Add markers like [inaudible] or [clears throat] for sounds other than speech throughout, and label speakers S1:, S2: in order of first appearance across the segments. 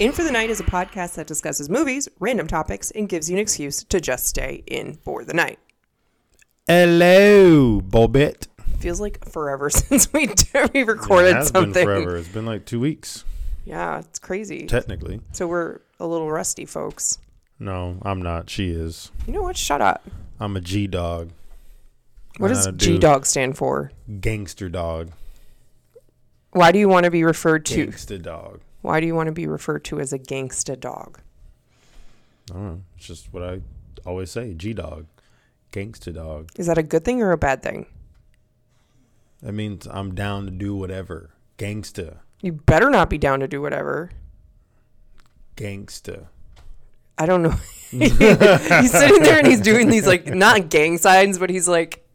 S1: In for the Night is a podcast that discusses movies, random topics, and gives you an excuse to just stay in for the night.
S2: Hello, Bobette.
S1: Feels like forever [laughs] since we, we recorded
S2: it has
S1: something.
S2: been forever. It's been like two weeks,
S1: Yeah, it's crazy.
S2: technically.
S1: so we're a little rusty, folks.
S2: No, I'm not. She is.
S1: You know what? Shut up.
S2: I'm a G dog,
S1: What does
S2: Uh, dude.
S1: G Dog stand for?
S2: gangster dog,
S1: Why do you want to be referred to?
S2: gangster dog.
S1: Why do you want to be referred to as a gangsta dog?
S2: I don't know. It's just what I always say. G dog, gangster dog.
S1: Is that a good thing or a bad thing?
S2: That means I'm down to do whatever. Gangster,
S1: You better not be down to do whatever.
S2: gangster.
S1: I don't
S2: [laughs]
S1: know. [laughs] he's sitting there and he's doing these like not gang signs, but he's like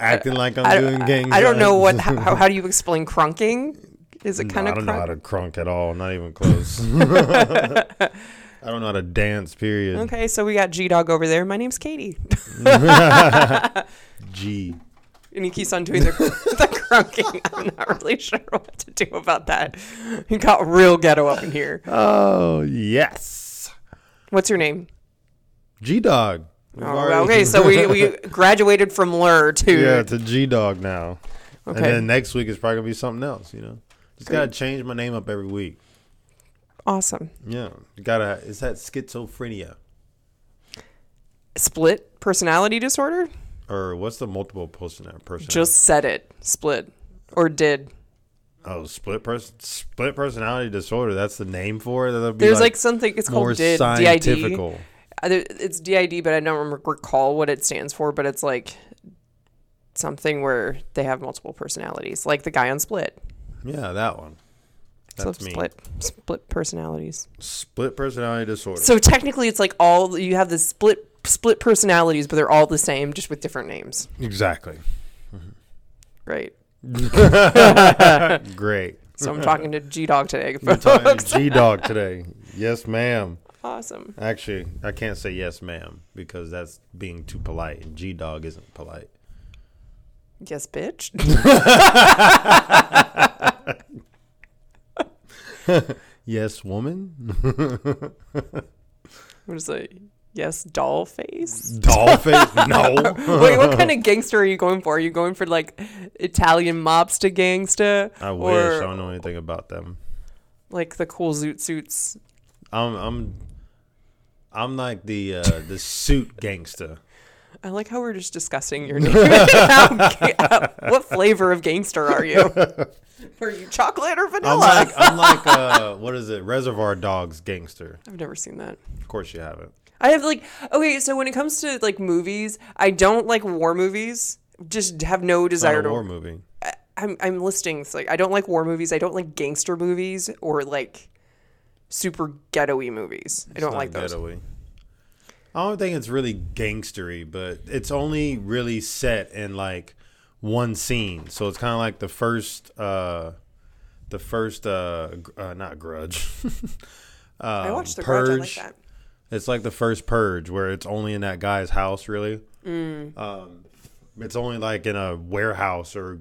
S2: Acting like I'm
S1: I,
S2: doing gang.
S1: I, I don't know
S2: signs. [laughs]
S1: what how, how do you explain crunking? Is it kind
S2: I
S1: of
S2: don't know how
S1: crunk?
S2: to crunk at all. Not even
S1: [laughs]
S2: close. I don't know how to dance. Period.
S1: Okay, so we got G Dog over there. My name's Katie, [laughs]
S2: G.
S1: and he keeps on doing
S2: [laughs]
S1: the, the crunking. [laughs] I'm not really sure what to do about that. He got real ghetto up in here.
S2: Oh yes.
S1: What's your name?
S2: G Dog.
S1: Oh, okay, so we,
S2: [laughs]
S1: we graduated from Lur to
S2: yeah, it's a G Dog now.
S1: Okay.
S2: And then next week is probably gonna be something else. You know, just gotta change my name up every week.
S1: awesome
S2: Yeah, gotta. Is that schizophrenia
S1: split personality disorder.
S2: or what's the multiple person uh, person?
S1: Just said it. Split or did.
S2: oh, split person, split personality disorder. That's the name for it. That'd be
S1: There's like, something it's
S2: more
S1: called did DID.
S2: scientifical.
S1: Uh, there- It's DID, but I don't rem- recall what it stands for. But it's like something where they have multiple personalities, like the guy on Split.
S2: Yeah, that one. That's
S1: so
S2: me.
S1: split, split personalities.
S2: Split personality disorder.
S1: So technically, it's like all you have the split split personalities, but they're all the same, just with different names,
S2: exactly.
S1: right?
S2: Great.
S1: So
S2: [laughs]
S1: I'm talking to G Dog today.
S2: We're talking G Dog today. Yes, ma'am.
S1: [laughs] awesome.
S2: Actually, I can't say yes, ma'am, because that's being too polite, and G Dog isn't polite.
S1: Yes, bitch. [laughs]
S2: Yes, [laughs] woman.
S1: I'm just like, yes, doll
S2: [laughs]
S1: face.
S2: Dollface. [laughs] no.
S1: Wait, what kind of gangster are you going for? Are you going for like Italian mobster gangster?
S2: I wish
S1: or,
S2: I don't know anything about them.
S1: Like the cool zoot suits.
S2: I'm I'm I'm like the uh, the suit gangster.
S1: I like how we're just discussing
S2: [laughs]
S1: your name. How ga- how- what flavor of gangster are
S2: [laughs]
S1: you? Are you chocolate or
S2: I'm
S1: vanilla?
S2: like I'm like uh, what is it? Reservoir Dogs gangster.
S1: I've never seen that.
S2: Of course you haven't.
S1: I have like okay, so when it comes to like movies, I don't like war movies. Just have no
S2: It's not
S1: desire
S2: a war
S1: to.
S2: movie.
S1: I- I'm I'm listing it's like I don't like war movies. I don't like gangster movies or like super ghetto-y movies. I don't
S2: It's
S1: like
S2: not
S1: those.
S2: ghetto-y. I don't think it's really gangstery, but it's only really set in like one scene. So it's kind of like the first, uh, the first, uh, gr- uh not grudge. [laughs]
S1: I watched
S2: Um,
S1: The Grudge. I like that.
S2: It's like the first purge where it's only in that guy's house, really. Um, it's only like in a warehouse or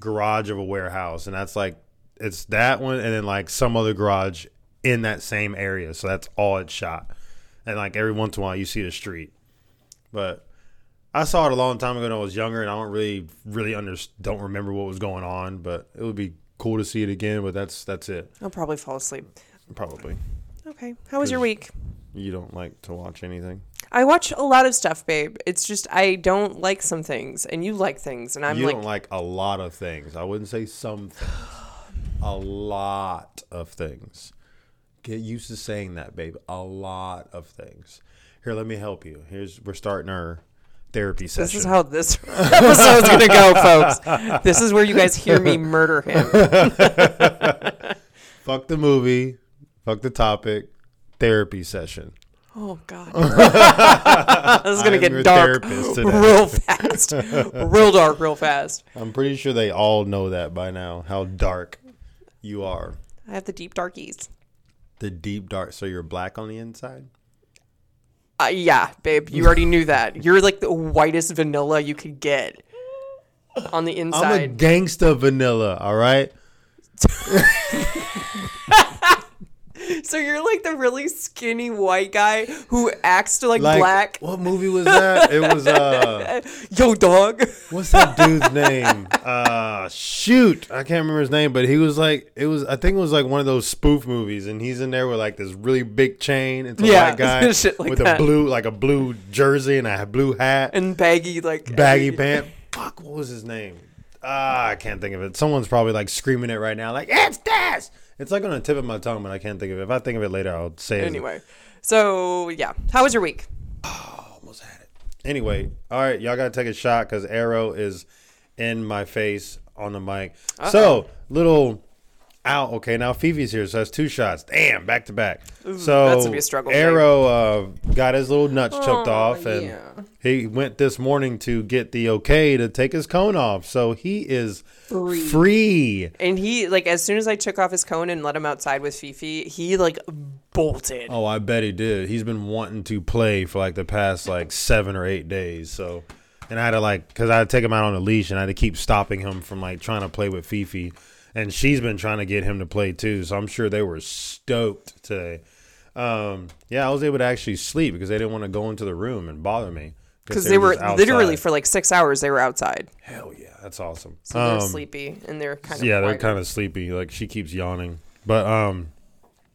S2: garage of a warehouse, and that's like it's that one, and then like some other garage in that same area. So that's all it's shot, and like every once in a while you see the street. But I saw it a long time ago when I was younger, and I don't really really under don't remember what was going on. But it would be cool to see it again. But that's that's it
S1: I'll probably fall asleep.
S2: probably.
S1: Okay. How was your week?
S2: You don't like to watch anything.
S1: I watch a lot of stuff, babe. It's just I don't like some things and you like things and I'm
S2: you
S1: like,
S2: don't like a lot of things. I wouldn't say some things. a lot of things. Get used to saying that, babe. A lot of things. Here, let me help you. Here's we're starting our therapy session.
S1: this is how
S2: [laughs]
S1: this [laughs] episode's going to go, folks. This is where you guys hear
S2: [laughs]
S1: me murder him.
S2: fuck the movie. Fuck the topic. Therapy session.
S1: Oh
S2: [laughs]
S1: god. this is going
S2: I'm
S1: to
S2: your
S1: get dark [laughs]
S2: therapist today.
S1: real
S2: [laughs]
S1: fast. real dark real fast.
S2: I'm pretty sure they all know that by now. How dark you are.
S1: I have the deep darkies.
S2: The deep dark. So you're black on the inside.
S1: Uh, yeah, babe, you already knew that. You're like the whitest vanilla you could get on the
S2: I'm a
S1: inside.
S2: gangsta vanilla. All right.
S1: So you're like the really skinny white guy who acts like,
S2: Like,
S1: black.
S2: What movie was that? It was uh,
S1: Yo, dog.
S2: what's that dude's name? Uh, shoot, I can't remember his name, but he was like, it was, I think it was like one of those spoof movies, and he's in there with like this really big chain. It's
S1: [laughs]
S2: a
S1: Yeah,
S2: white guy
S1: shit like
S2: with
S1: that.
S2: a blue, like a blue jersey and a blue hat
S1: And baggy, like [laughs]
S2: baggy pant. Fuck, what was his name? Ah, I can't think of it. Someone's probably like screaming it right now, like it's this. It's like on the tip of my tongue, but I can't think of it. If I think of it later, I'll say it.
S1: Anyway. So yeah. How was your week?
S2: almost had it. Anyway, all right, y'all gotta take a shot because arrow is in my face on the mic. So little out. Okay, now Fifi's here, so that's two shots. Damn, back to back. So
S1: that's gonna be a struggle for
S2: Arrow uh, got his little nuts chopped
S1: Aw,
S2: off, and
S1: yeah.
S2: he went this morning to get the okay to take his cone off. So he is free.
S1: And he like as soon as I took off his cone and let him outside with Fifi, he like bolted.
S2: Oh, I bet he did. He's been wanting to play for like the past like seven or eight days. So, and I had to like, cause I had to take him out on a leash, and I had to keep stopping him from like trying to play with Fifi, and she's been trying to get him to play too. So I'm sure they were stoked today. Um, yeah, I was able to actually sleep because they didn't want to go into the room and bother me
S1: Because they were
S2: just outside.
S1: literally for like six hours they were outside.
S2: hell yeah, that's awesome.
S1: So they're sleepy and they're kind of
S2: Um, yeah, they're
S1: wired.
S2: kind of sleepy. Like she keeps yawning, but um,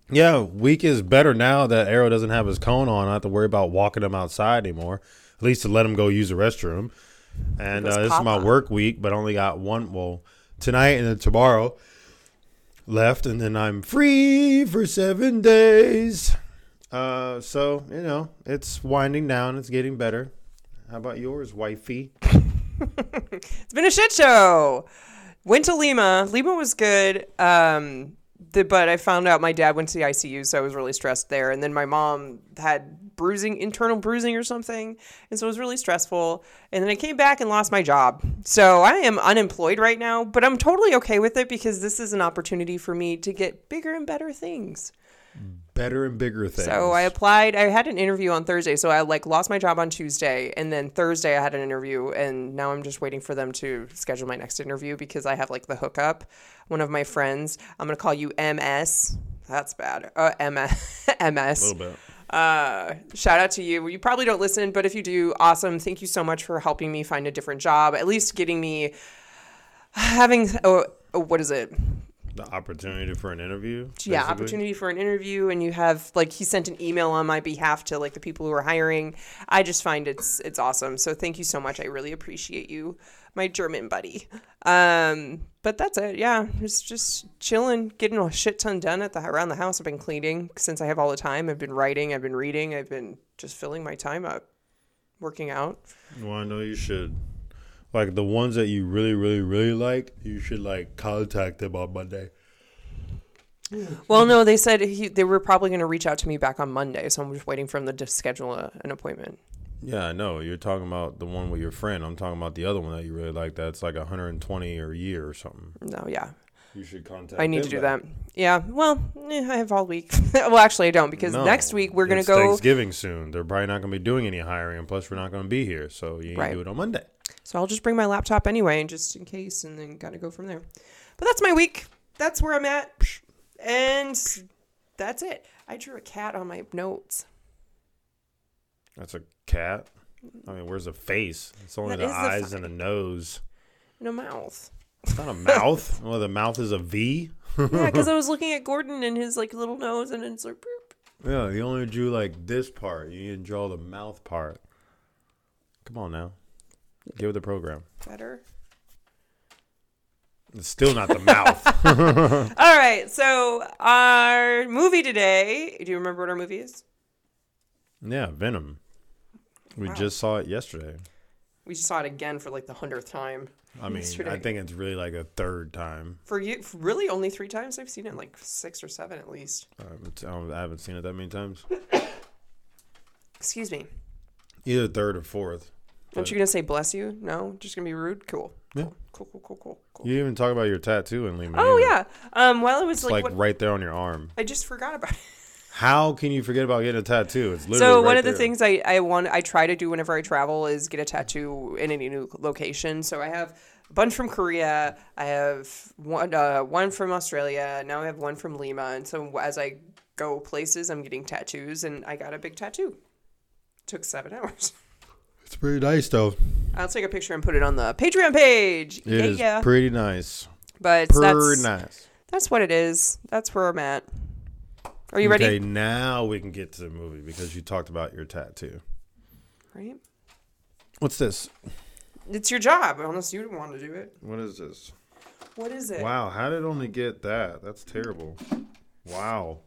S2: yeah, week is better now that Arrow doesn't have his cone on. I don't have to worry about walking him outside anymore. At least to let him go use the restroom. And
S1: That's
S2: uh, this is my
S1: Papa.
S2: work week, but I only got one. Well, tonight and then tomorrow left, and then I'm free for seven days. Uh, so you know, it's winding down. It's getting better. How about yours, wifey?
S1: It's been a shit show. Went to Lima. Lima was good. Um, the, but I found out my dad went to the ICU, so I was really stressed there. And then my mom had bruising, internal bruising or something, and so it was really stressful. And then I came back and lost my job, so I am unemployed right now. But I'm totally okay with it because this is an opportunity for me to get bigger and better things.
S2: Better and bigger things.
S1: So I applied. I had an interview on Thursday. So I like lost my job on Tuesday, and then Thursday I had an interview, and now I'm just waiting for them to schedule my next interview because I have like the hookup. One of my friends. I'm gonna call you MS. That's bad. Uh, [laughs] MS. MS.
S2: a little bit.
S1: Uh, shout out to you. You probably don't listen, but if you do, awesome. Thank you so much for helping me find a different job. At least getting me [sighs] having. Oh, oh, what is it?
S2: the opportunity for an interview.
S1: yeah
S2: basically?
S1: opportunity for an interview and you have like he sent an email on my behalf to like the people who are hiring i just find it's it's awesome so thank you so much i really appreciate you my german buddy um but that's it yeah it's just chilling getting a shit ton done at the around the house i've been cleaning since i have all the time i've been writing i've been reading i've been just filling my time up working out
S2: Well, I know you should. Like the ones that you really, really, really like, you should like contact them on Monday.
S1: well no they said he, they were probably going to reach out to me back on monday so i'm just waiting for them to schedule a, an appointment
S2: Yeah, I know. You're talking about the one with your friend. I'm talking about the other one that you really like. That's like 120 or a year or something.
S1: no yeah
S2: You should contact.
S1: I need to do
S2: them back.
S1: that. Yeah. Well, eh, I have all week. [laughs] well, actually, I don't because
S2: No,
S1: next week we're gonna
S2: it's
S1: go.
S2: Thanksgiving soon. They're probably not gonna be doing any hiring. and Plus, we're not gonna be here, so you can
S1: Right.
S2: do it on Monday.
S1: So I'll just bring my laptop anyway, and just in case, and then gotta go from there. But that's my week. That's where I'm at, and that's it. I drew a cat on my notes.
S2: That's a cat. I mean, where's the face? It's only
S1: That
S2: the
S1: is the
S2: eyes
S1: fu-
S2: and the nose.
S1: No
S2: [laughs]
S1: mouth.
S2: It's not a mouth. [laughs] well, the mouth is a V.
S1: Yeah, because I was looking at Gordon and his like little nose, and it's like. boop.
S2: Yeah, you only drew like this part. You didn't draw the mouth part. Come on now. Get with the program.
S1: Better.
S2: It's still
S1: [laughs]
S2: not the mouth.
S1: All right. So our movie today. Do you remember what our movie is?
S2: Yeah, Venom. We
S1: Wow.
S2: just saw it yesterday.
S1: We just saw it again for like the hundredth time.
S2: I mean,
S1: Yesterday.
S2: I think it's really like a third time.
S1: For you, for really only three times? I've seen it like six or seven at least.
S2: Um, it's- I don't- I haven't seen it that many times.
S1: Excuse me.
S2: Either third or fourth.
S1: Aren't you going to say bless you? No? Just going to be rude? Cool.
S2: Yeah.
S1: Cool, cool, cool, cool, cool.
S2: You didn't even talk about your tattoo in Lima.
S1: Oh,
S2: either.
S1: yeah. Um, well, it was
S2: It's
S1: like,
S2: like,
S1: what,
S2: right there on your arm.
S1: I just forgot about it.
S2: How can you forget about getting a tattoo? It's literally
S1: So one
S2: right
S1: of the
S2: there.
S1: things I, I want I try to do whenever I travel is get a tattoo in any new location. So I have a bunch from Korea. I have one uh, one from Australia. Now I have one from Lima. And so as I go places. I'm getting tattoos, and I got a big tattoo. Took seven [laughs] hours.
S2: It's pretty nice though.
S1: I'll Uh, take a picture and put it on the Patreon page.
S2: It is
S1: yeah, yeah.
S2: pretty nice.
S1: but
S2: Pretty
S1: that's
S2: nice.
S1: that's what it is. That's where I'm at. Are you
S2: Okay,
S1: ready?
S2: now we can get to the movie because you talked about your tattoo.
S1: Right.
S2: What's this?
S1: It's your job, unless you want to do it.
S2: What is this?
S1: What is it?
S2: Wow, how did it only get that? That's terrible. Wow.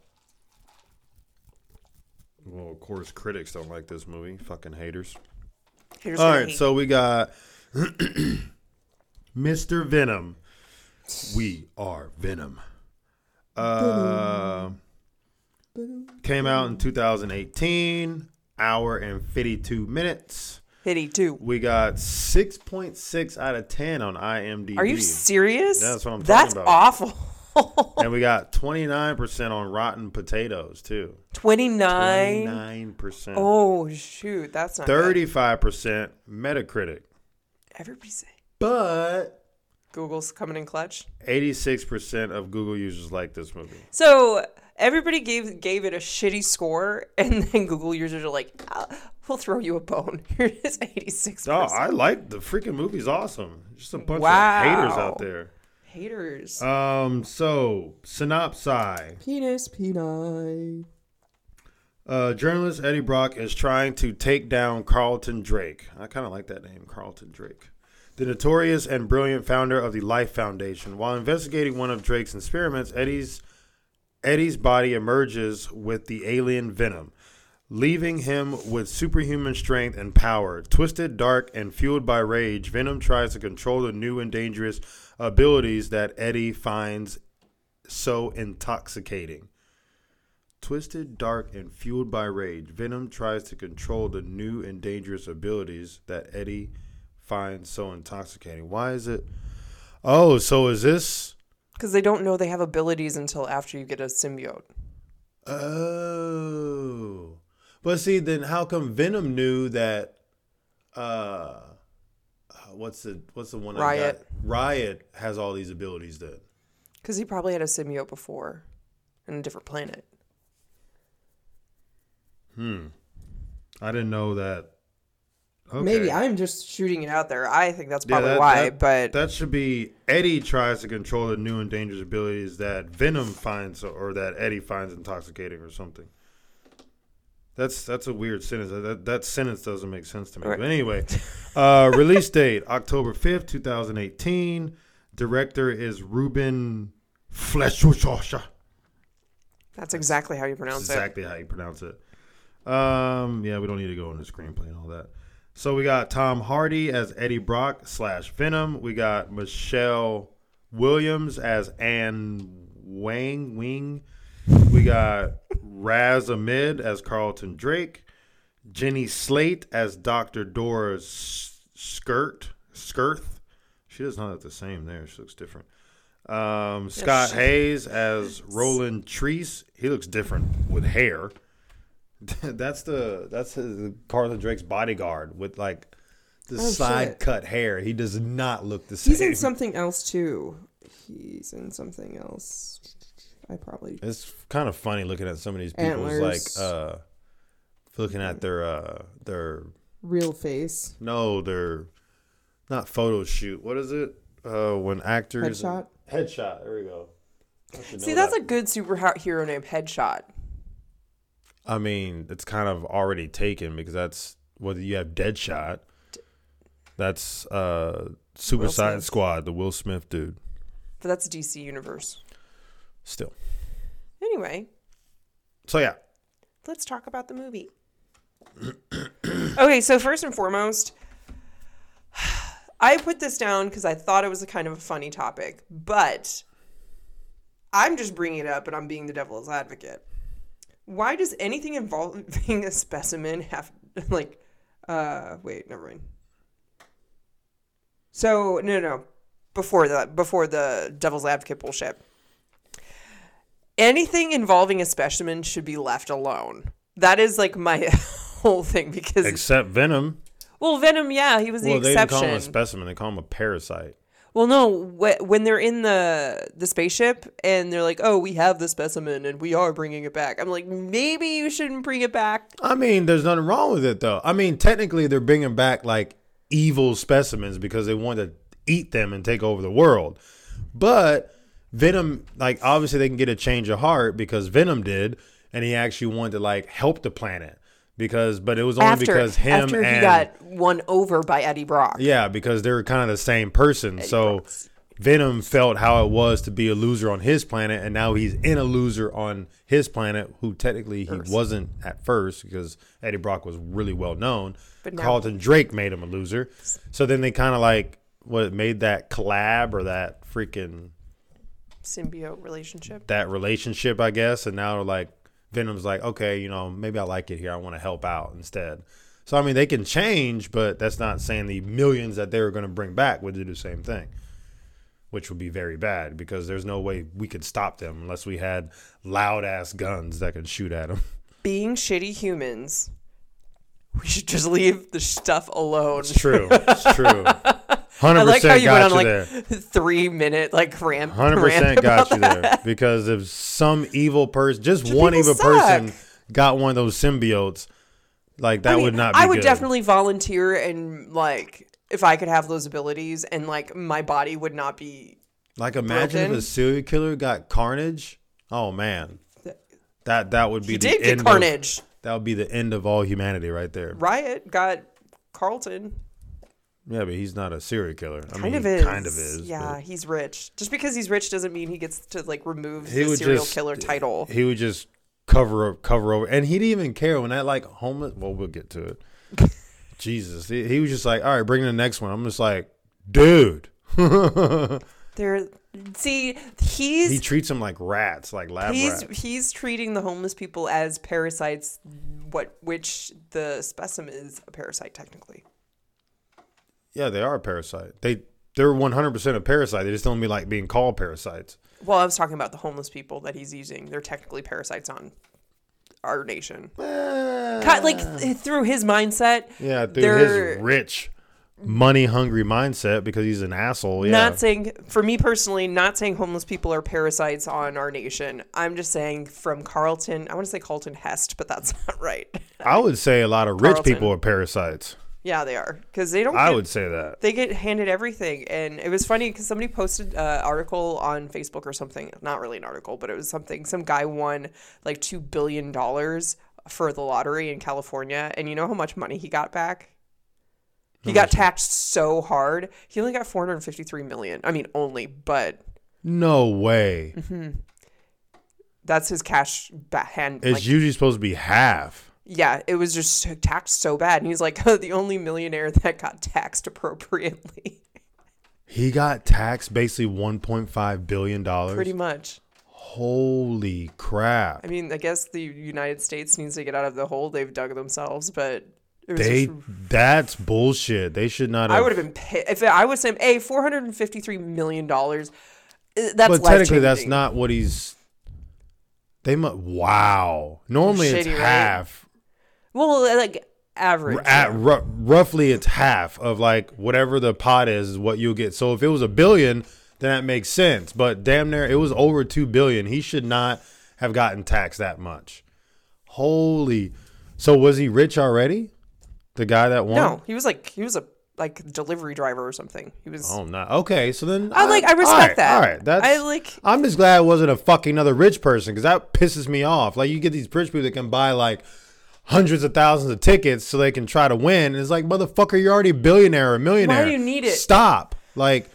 S2: Well, of course, critics don't like this movie. Fucking haters.
S1: Haters
S2: All
S1: gonna
S2: right,
S1: hate.
S2: so we got [clears throat] Mr. Venom. We are Venom. Uh, came out in 2018, hour and 52 minutes.
S1: Pity too.
S2: We got 6.6 out of 10 on IMDb.
S1: Are you serious?
S2: Yeah, that's what I'm talking
S1: That's
S2: about.
S1: awful. [laughs]
S2: and we got 29% on Rotten Potatoes, too.
S1: 29.
S2: 29%.
S1: Oh, shoot. That's not 30.
S2: 35% Metacritic.
S1: Everybody say
S2: But
S1: Google's coming in clutch.
S2: 86% of Google users like this movie. Oh,
S1: So everybody gave gave it a shitty score, [laughs] and then Google users are like, "Ah, we'll throw you a bone. [laughs] Here it is 86%.
S2: Oh, I like the freaking movie's awesome. Just a bunch of haters
S1: Wow.
S2: out there.
S1: Haters.
S2: Um, so synopsis.
S1: Penis, peni.
S2: Uh, journalist Eddie Brock is trying to take down Carlton Drake. I kind of like that name, Carlton Drake. The notorious and brilliant founder of the Life Foundation. While investigating one of Drake's experiments, Eddie's Eddie's body emerges with the alien venom, leaving him with superhuman strength and power. Twisted, dark, and fueled by rage, Venom tries to control the new and dangerous abilities that Eddie finds so intoxicating. Twisted, dark, and fueled by rage, Venom tries to control the new and dangerous abilities that Eddie finds so intoxicating. Why is it? Oh, so is this?
S1: Because they don't know they have abilities until after you get a symbiote.
S2: Oh, but see, then how come Venom knew that? Uh, what's the what's the one? I
S1: Riot.
S2: got? Riot has all these abilities. Then
S1: Because he probably had a symbiote before on a different planet.
S2: I didn't know that. Okay.
S1: Maybe I'm just shooting it out there. I think that's
S2: Yeah,
S1: probably
S2: that-
S1: why,
S2: that-
S1: but
S2: that should be Eddie tries to control the new and dangerous abilities that Venom finds or that Eddie finds intoxicating or something. That's that's a weird sentence. That, that sentence doesn't make sense to me.
S1: Right.
S2: But anyway, uh, release date October fifth, two thousand eighteen. Director is Ruben Fleischer.
S1: that's exactly how you pronounce
S2: That's exactly how you pronounce it. Um, yeah, we don't need to go into screenplay and all that. So we got Tom Hardy as Eddie Brock slash Venom. We got Michelle Williams as Anne Wang Wing. We got Raz Ahmed as Carlton Drake. Jenny Slate as Dr. Dora S- Skirt. Skirth. She does not look the same there. She looks different. Um, Scott
S1: she-
S2: Hayes as Roland Treese. He looks different with hair. [laughs] that's the that's his, Carlton Drake's bodyguard with like the side
S1: Oh, shit.
S2: cut hair. He does not look the
S1: it.
S2: same.
S1: He's in something else too. He's in something else. I probably
S2: It's kind of funny looking at some of these people's
S1: Antlers.
S2: like uh looking at their uh their
S1: real face
S2: no, their not photo shoot. What is it? Uh when actors
S1: Headshot?
S2: Headshot. There we go. I should
S1: See,
S2: know
S1: that's
S2: that.
S1: a good superhero name, Headshot.
S2: I mean, it's kind of already taken because that's whether you have Deadshot. That's uh
S1: Will
S2: Suicide
S1: Smith.
S2: Squad, the Will Smith dude.
S1: But that's DC Universe.
S2: Still.
S1: Anyway,
S2: So yeah.
S1: let's talk about the movie. okay, so first and foremost, [sighs] I put this down because I thought it was a kind of a funny topic, but I'm just bringing it up and I'm being the devil's advocate. Why does anything involving a specimen have, [laughs] like, uh, wait, never mind. So, no, no, before that, before the devil's advocate bullshit anything involving a specimen should be left alone. That is like my [laughs] whole thing because
S2: Except Venom.
S1: well, Venom, yeah, he was the
S2: Well, they didn't call him
S1: exception.
S2: a specimen, they call him a parasite.
S1: Well, no, wh- when they're in the the spaceship and they're like, "Oh, we have the specimen and we are bringing it back." I'm like, maybe you shouldn't bring it back.
S2: I mean, there's nothing wrong with it though. I mean, technically, they're bringing back like evil specimens because they want to eat them and take over the world. But Venom, like, obviously, they can get a change of heart because Venom did, and he actually wanted to like help the planet because, but it was only
S1: after
S2: because him
S1: after
S2: and
S1: he got won over by Eddie Brock.
S2: yeah, because they're kind of the same person. so Venom felt how it was to be a loser on his planet, and now he's in a loser on his planet, who technically he wasn't at first because Eddie Brock was really well known.
S1: But now-
S2: Carlton Drake made him a loser. So then they kind of like what made that collab or that freaking
S1: Symbiote relationship.
S2: that relationship, I guess. And now like Venom's like, okay, you know, maybe I like it here. I want to help out instead. So I mean, they can change, but that's not saying the millions that they were going to bring back would do the same thing, which would be very bad because there's no way we could stop them unless we had loud ass guns that could shoot at them.
S1: Being shitty humans, we should just leave the stuff alone.
S2: It's true. It's true.
S1: [laughs] I
S2: Hundred
S1: like how
S2: percent
S1: you went on
S2: got you
S1: like
S2: there.
S1: [laughs] three minute like ramp.
S2: Hundred
S1: rant
S2: percent
S1: about
S2: got you there because if some evil person, just one
S1: people
S2: evil
S1: suck.
S2: person, got one of those symbiotes, like that
S1: I mean,
S2: would not. Be
S1: I would
S2: good.
S1: definitely volunteer and like if I could have those abilities and like my body would not be
S2: Like imagine if
S1: Broken.
S2: a serial killer got Carnage. Oh man, that that would be
S1: He
S2: the
S1: did get
S2: end of-
S1: carnage.
S2: that would be the end of all humanity right there.
S1: Riot got Carlton.
S2: Yeah, but he's not a serial killer. I
S1: Kind
S2: mean,
S1: of
S2: he
S1: is.
S2: Kind of is. but
S1: Yeah, he's rich. Just because he's rich doesn't mean he gets to like remove
S2: He
S1: the
S2: would
S1: serial
S2: just-
S1: killer title.
S2: He would just cover up, cover over, and he didn't even care when that like homeless. Well, we'll get to it.
S1: [laughs]
S2: Jesus, he, he was just like, all right, bring in the next one. I'm just like, dude. [laughs]
S1: There, see, he's
S2: He treats them like rats, like lab
S1: he's
S2: rats.
S1: he's treating the homeless people as parasites. What which the specimen is a parasite technically.
S2: Yeah, they are a parasite. They they're 100% a parasite. They just don't be like being called parasites.
S1: Well, I was talking about the homeless people that he's using. They're technically parasites on our nation. Ki- like th- through his mindset.
S2: Yeah, through
S1: they're
S2: his rich, money hungry mindset because he's an asshole. Yeah.
S1: Not saying for me personally, not saying homeless people are parasites on our nation. I'm just saying from Carlton, I want to say Carlton Hest, but that's [laughs] not right.
S2: I would say a lot of rich
S1: Carlton.
S2: people are parasites.
S1: Yeah, they are because they don't.
S2: I
S1: get-
S2: would say that.
S1: they get handed everything and it was funny because somebody posted an article on facebook or something not really an article but it was something some guy won like $2 billion for the lottery in california and you know how much money he got back he got taxed so hard he only got 453 million i mean only but
S2: No way.
S1: that's his cash ba- hand
S2: It's
S1: like,
S2: usually supposed to be half.
S1: yeah it was just so- taxed so bad and he's like [laughs] the only millionaire that got taxed appropriately
S2: He got taxed basically 1.5 billion dollars.
S1: pretty much
S2: Holy crap.
S1: I mean, I guess the United States needs to get out of the hole they've dug themselves, but it was
S2: They
S1: just-
S2: that's bullshit. They should not have
S1: I would have been pissed if I was him. Hey, four hundred and fifty-three million dollars. uh, That's
S2: But technically, that's
S1: life-changing.
S2: not what he's. They must. Wow. Normally, it's
S1: Shitty, right?
S2: half.
S1: well, uh, like average.
S2: At ru- roughly, it's half of like whatever the pot is, is what you'll get. So if it was a billion, then that makes sense. But damn near, it was over two billion. He should not have gotten taxed that much. Holy. So was he rich already? The guy that won.
S1: no, he was like he was a like delivery driver or something. He was.
S2: Oh, not okay. So then
S1: I like- I
S2: all
S1: respect
S2: right,
S1: that.
S2: All right, that's
S1: I like-
S2: I'm just glad it wasn't a fucking other rich person because that pisses me off. Like you get these rich people that can buy like hundreds of thousands of tickets so they can try to win, and it's like motherfucker, you're already a billionaire or a millionaire.
S1: you need it?
S2: Stop.
S1: [sighs]
S2: Like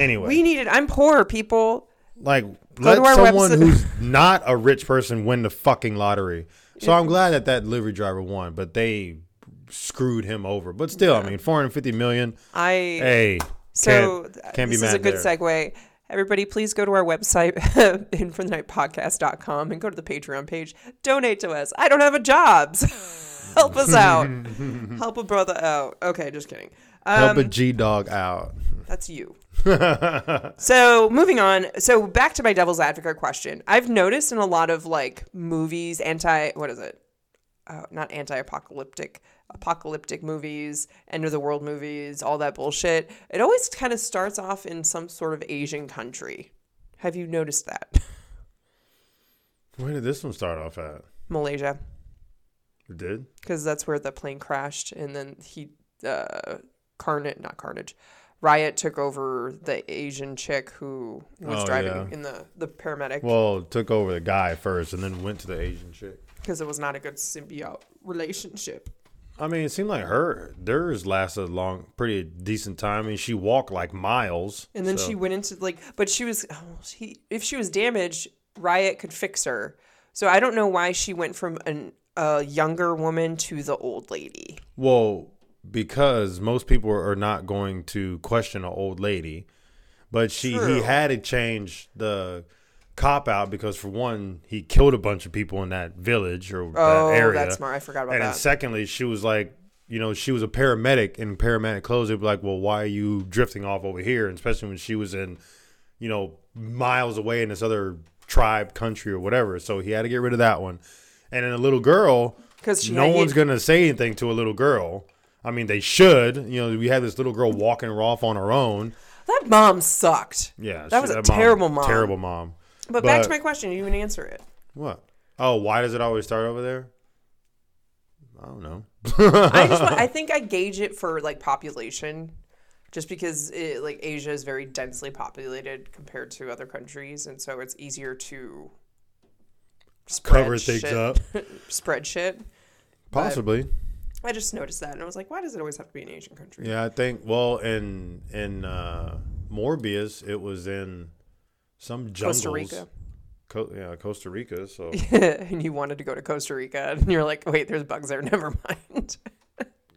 S2: anyway,
S1: We needed. I'm poor, people.
S2: like let
S1: to our
S2: someone
S1: website.
S2: who's not a rich person win the fucking lottery. So I'm glad that that delivery driver won, but they screwed him over. But still, I mean, 450 million.
S1: I.
S2: Hey,
S1: So
S2: can't,
S1: th- uh,
S2: can't be
S1: this
S2: mad
S1: is a good
S2: there.
S1: segue. Everybody, please go to our website, [laughs] infromthenightpodcast.com, and go to the Patreon page. Donate to us. I don't have a job. so [laughs] Help us
S2: [laughs]
S1: out. Help a brother out. Okay, just kidding. Uh,
S2: Help a G dog out.
S1: that's you. so moving on. So back to my devil's advocate question. I've noticed in a lot of like movies, anti, what is it? uh, not anti-apocalyptic apocalyptic movies, end of the world movies, all that bullshit. It always kind of starts off in some sort of Asian country. Have you noticed that?
S2: Where did this one start off at?
S1: Malaysia,
S2: It did?
S1: because that's where the plane crashed, and then he, uh, Carnage, not Carnage, Riot took over the Asian chick who was
S2: Oh,
S1: driving
S2: yeah.
S1: in the the paramedic
S2: Well, took over the guy first and then went to the Asian chick.
S1: because it was not a good symbiote relationship.
S2: I mean, it seemed like her theirs lasted a long, pretty decent time. I mean, she walked like miles,
S1: And then
S2: so-
S1: she went into like, but she was, oh, she, if she was damaged, Riot could fix her. So I don't know why she went from an, a younger woman to the old lady.
S2: Well, because most people are not going to question an old lady, but she
S1: True.
S2: he had to change the cop out because for one, he killed a bunch of people in that village or
S1: Oh,
S2: that area.
S1: that's smart. I forgot about
S2: and then
S1: that.
S2: secondly, she was like, you know, she was a paramedic in paramedic clothes. They'd be like, well, why are you drifting off over here? And especially when she was in, you know, miles away in this other tribe, country, or whatever. So he had to get rid of that one. And then a little girl,
S1: 'Cause she
S2: no
S1: had-
S2: one's gonna say anything to a little girl. I mean, they should. You know, we had this little girl walking her off on her own.
S1: That mom sucked.
S2: Yeah,
S1: That
S2: she-
S1: was a terrible mom.
S2: Terrible mom.
S1: But, back to my question, you didn't answer it.
S2: what? Oh, why does it always start over there? I
S1: [laughs]
S2: don't know.
S1: I just,
S2: [laughs]
S1: want, I think I gauge it for like population, just because it, like Asia is very densely populated compared to other countries, and so it's easier to spread
S2: Cover things
S1: shit-
S2: up.
S1: [laughs] spread shit.
S2: Possibly.
S1: I just noticed that, and I was like, why does it always have to be an Asian country?
S2: Yeah, I think. Well, in in uh, Morbius, it was in some jungles.
S1: Costa Rica. [laughs]
S2: Co- yeah, Costa Rica. So
S1: and you wanted to go to Costa Rica, [laughs] and you're like, wait, there's bugs there. [laughs] Never mind.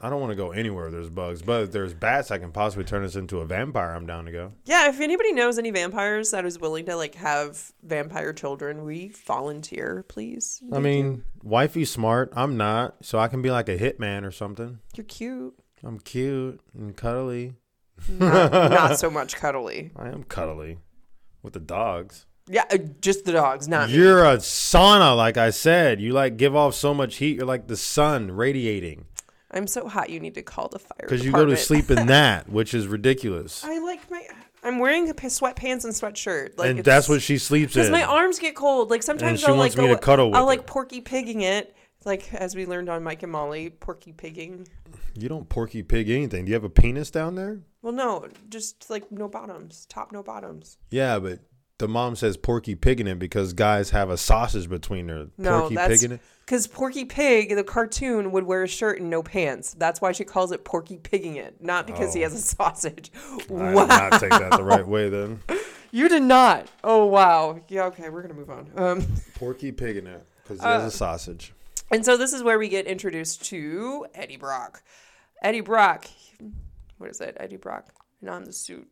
S2: I don't want to go anywhere. There's bugs, but if there's bats. I can possibly turn this into a vampire. I'm down to go.
S1: yeah, if anybody knows any vampires that is willing to like have vampire children, we volunteer, please.
S2: I mean, wifey's smart. I'm not, so I can be like a hitman or something.
S1: You're cute.
S2: I'm cute and cuddly.
S1: [laughs] Not
S2: [laughs]
S1: so much cuddly.
S2: I am cuddly with the dogs.
S1: Yeah, uh, just the dogs, not me.
S2: You're a sauna, like I said. You like give off so much heat. You're like the sun radiating
S1: I'm so hot. You need to call the fire.
S2: because you go to
S1: department.
S2: sleep in that, which is ridiculous.
S1: I like my. I'm wearing a p- sweatpants and sweatshirt. Like
S2: and
S1: it's-
S2: that's what she sleeps
S1: Because
S2: in.
S1: my arms get cold. Like sometimes
S2: she
S1: I'll
S2: wants
S1: like
S2: me
S1: go,
S2: to cuddle with
S1: I'll
S2: her.
S1: like porky pigging it. Like as we learned on Mike and Molly, porky pigging.
S2: you don't porky pig anything. Do you have a penis down there?
S1: Well, no, just like no bottoms, top no bottoms.
S2: Yeah, but the mom says porky pigging it because guys have a sausage between their
S1: No,
S2: porky
S1: that's
S2: pigging it.
S1: because Porky Pig, the cartoon, would wear a shirt and no pants. That's why she calls it Porky Pigging It, not because
S2: Oh.
S1: he has a [laughs] sausage.
S2: I
S1: wow,
S2: did not take that
S1: [laughs]
S2: the right way then.
S1: you did not. Oh wow. Yeah. Okay, we're gonna move on. Um. [laughs]
S2: Porky pigging it because he
S1: Uh,
S2: has a sausage.
S1: And so this is where we get introduced to Eddie Brock. Eddie Brock, what is it? Eddie Brock, and on the suit.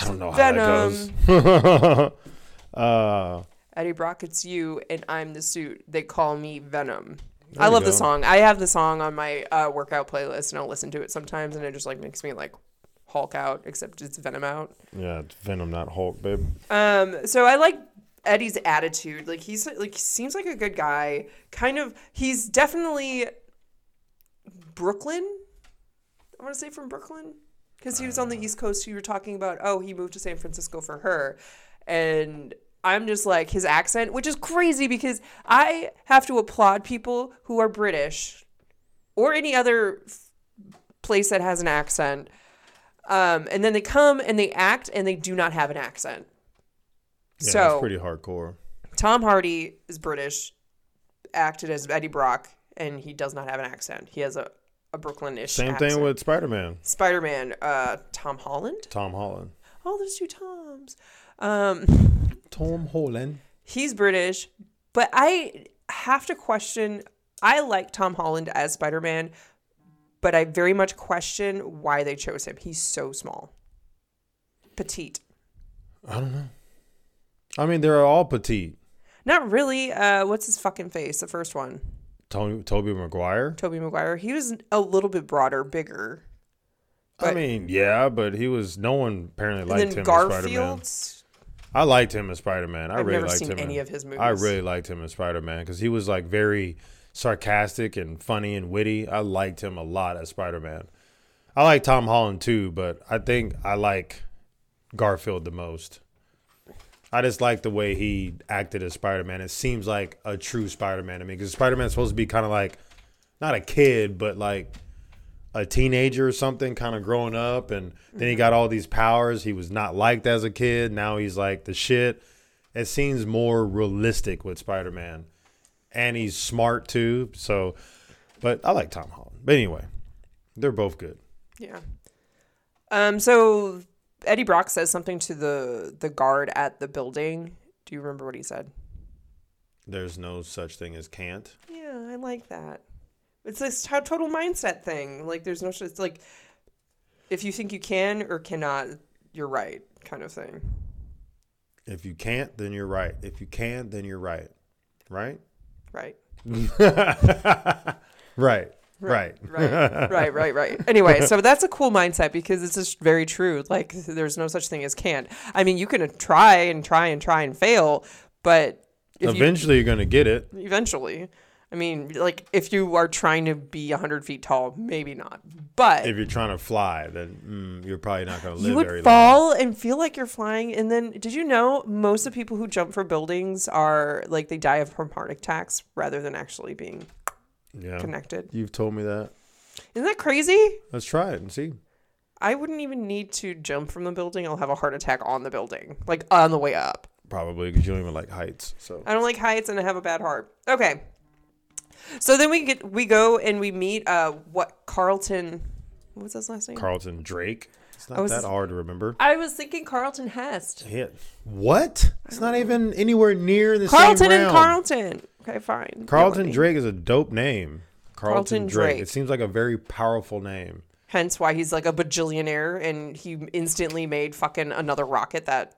S2: I don't know how
S1: Venom.
S2: that goes. [laughs] uh,
S1: Eddie Brock, it's you, and I'm the suit. They call me Venom. I
S2: you
S1: love the
S2: go.
S1: song. I have the song on my uh, workout playlist, and I'll listen to it sometimes, and it just like makes me like Hulk out, except it's Venom out.
S2: yeah, it's Venom, not Hulk, babe.
S1: Um, so I like Eddie's attitude. Like he's like he seems like a good guy. Kind of, he's definitely Brooklyn. I want to say from Brooklyn because he was on the East Coast. You were talking about oh he moved to San Francisco for her, and I'm just like his accent, which is crazy because I have to applaud people who are British or any other f- place that has an accent. Um, and then they come and they act and they do not have an accent.
S2: Yeah,
S1: so
S2: it's pretty hardcore.
S1: Tom Hardy is British, acted as Eddie Brock, and he does not have an accent. He has a, a Brooklynish
S2: Same thing with Spider Man,
S1: Spider Man, uh, Tom Holland.
S2: Tom Holland.
S1: Oh, there's two Toms. Um,
S2: Tom Holland.
S1: he's British, but I have to question. I like Tom Holland as Spider Man, but I very much question why they chose him. He's so small, petite.
S2: I mean, they're all petite.
S1: Not really. Uh, what's his fucking face? The first one,
S2: Tony, Toby Maguire.
S1: Toby Maguire. He was a little bit broader, bigger.
S2: I
S1: But-
S2: mean, yeah, but he was no one apparently liked
S1: and
S2: him
S1: then
S2: as Spider Man.
S1: Garfield's.
S2: I liked him as Spider Man. I
S1: I've
S2: really
S1: never
S2: liked
S1: seen
S2: him.
S1: any
S2: in-
S1: of his
S2: I
S1: movies.
S2: really liked him as Spider Man because he was like very sarcastic and funny and witty. I liked him a lot as Spider Man. I like Tom Holland too, but I think I like Garfield the most. I just like the way he acted as Spider Man. It seems like a true Spider Man to me because Spider Man's supposed to be kind of like not a kid, but like a teenager or something, kind of growing up. And then he got all these powers. He was not liked as a kid. Now he's like the shit. It seems more realistic with Spider Man. And he's smart too. So, but I like Tom Holland. But anyway, they're both good.
S1: Yeah. Um. So Eddie Brock says something to the the guard at the building. Do you remember what he said?
S2: There's no such thing as can't.
S1: Yeah, I like that. It's this to- total mindset thing. Like, there's no sh- it's like if you think you can or cannot, you're right, kind of thing.
S2: If you can't, then you're right. If you can, then you're right. Right?
S1: Right.
S2: Right. Right.
S1: Right, right, right, right. Anyway, so that's a cool mindset because it's just very true. Like, there's no such thing as can't. I mean, you can try and try and try and fail, but if you
S2: Eventually, you're going to get it.
S1: eventually. I mean, like if you are trying to be 100 feet tall, maybe not. But
S2: If you're trying to fly, then mm, you're probably not going to live
S1: you
S2: very
S1: would
S2: long.
S1: fall and feel like you're flying. And then, did you know most of the people who jump for buildings are like they die of from heart attacks rather than actually being
S2: Oh. Yeah.
S1: connected?
S2: You've told me that.
S1: Isn't that crazy?
S2: Let's try it and see.
S1: I wouldn't even need to jump from the building. I'll have a heart attack on the building, like on the way up.
S2: Probably because you don't even like heights. So
S1: I don't like heights and I have a bad heart. Okay. So then we get we go and we meet uh what Carlton what was his last name?
S2: Carlton Drake. It's not
S1: was-
S2: that hard to remember.
S1: I was thinking Carlton Hest.
S2: Hit. What? It's not even anywhere near the
S1: Carlton
S2: same
S1: and
S2: realm.
S1: Carlton. Okay, fine.
S2: Carlton
S1: Nobody.
S2: Drake is a dope name. Carlton,
S1: Carlton
S2: Drake.
S1: Drake.
S2: It seems like a very powerful name.
S1: Hence why he's like a bajillionaire and he instantly made fucking another rocket that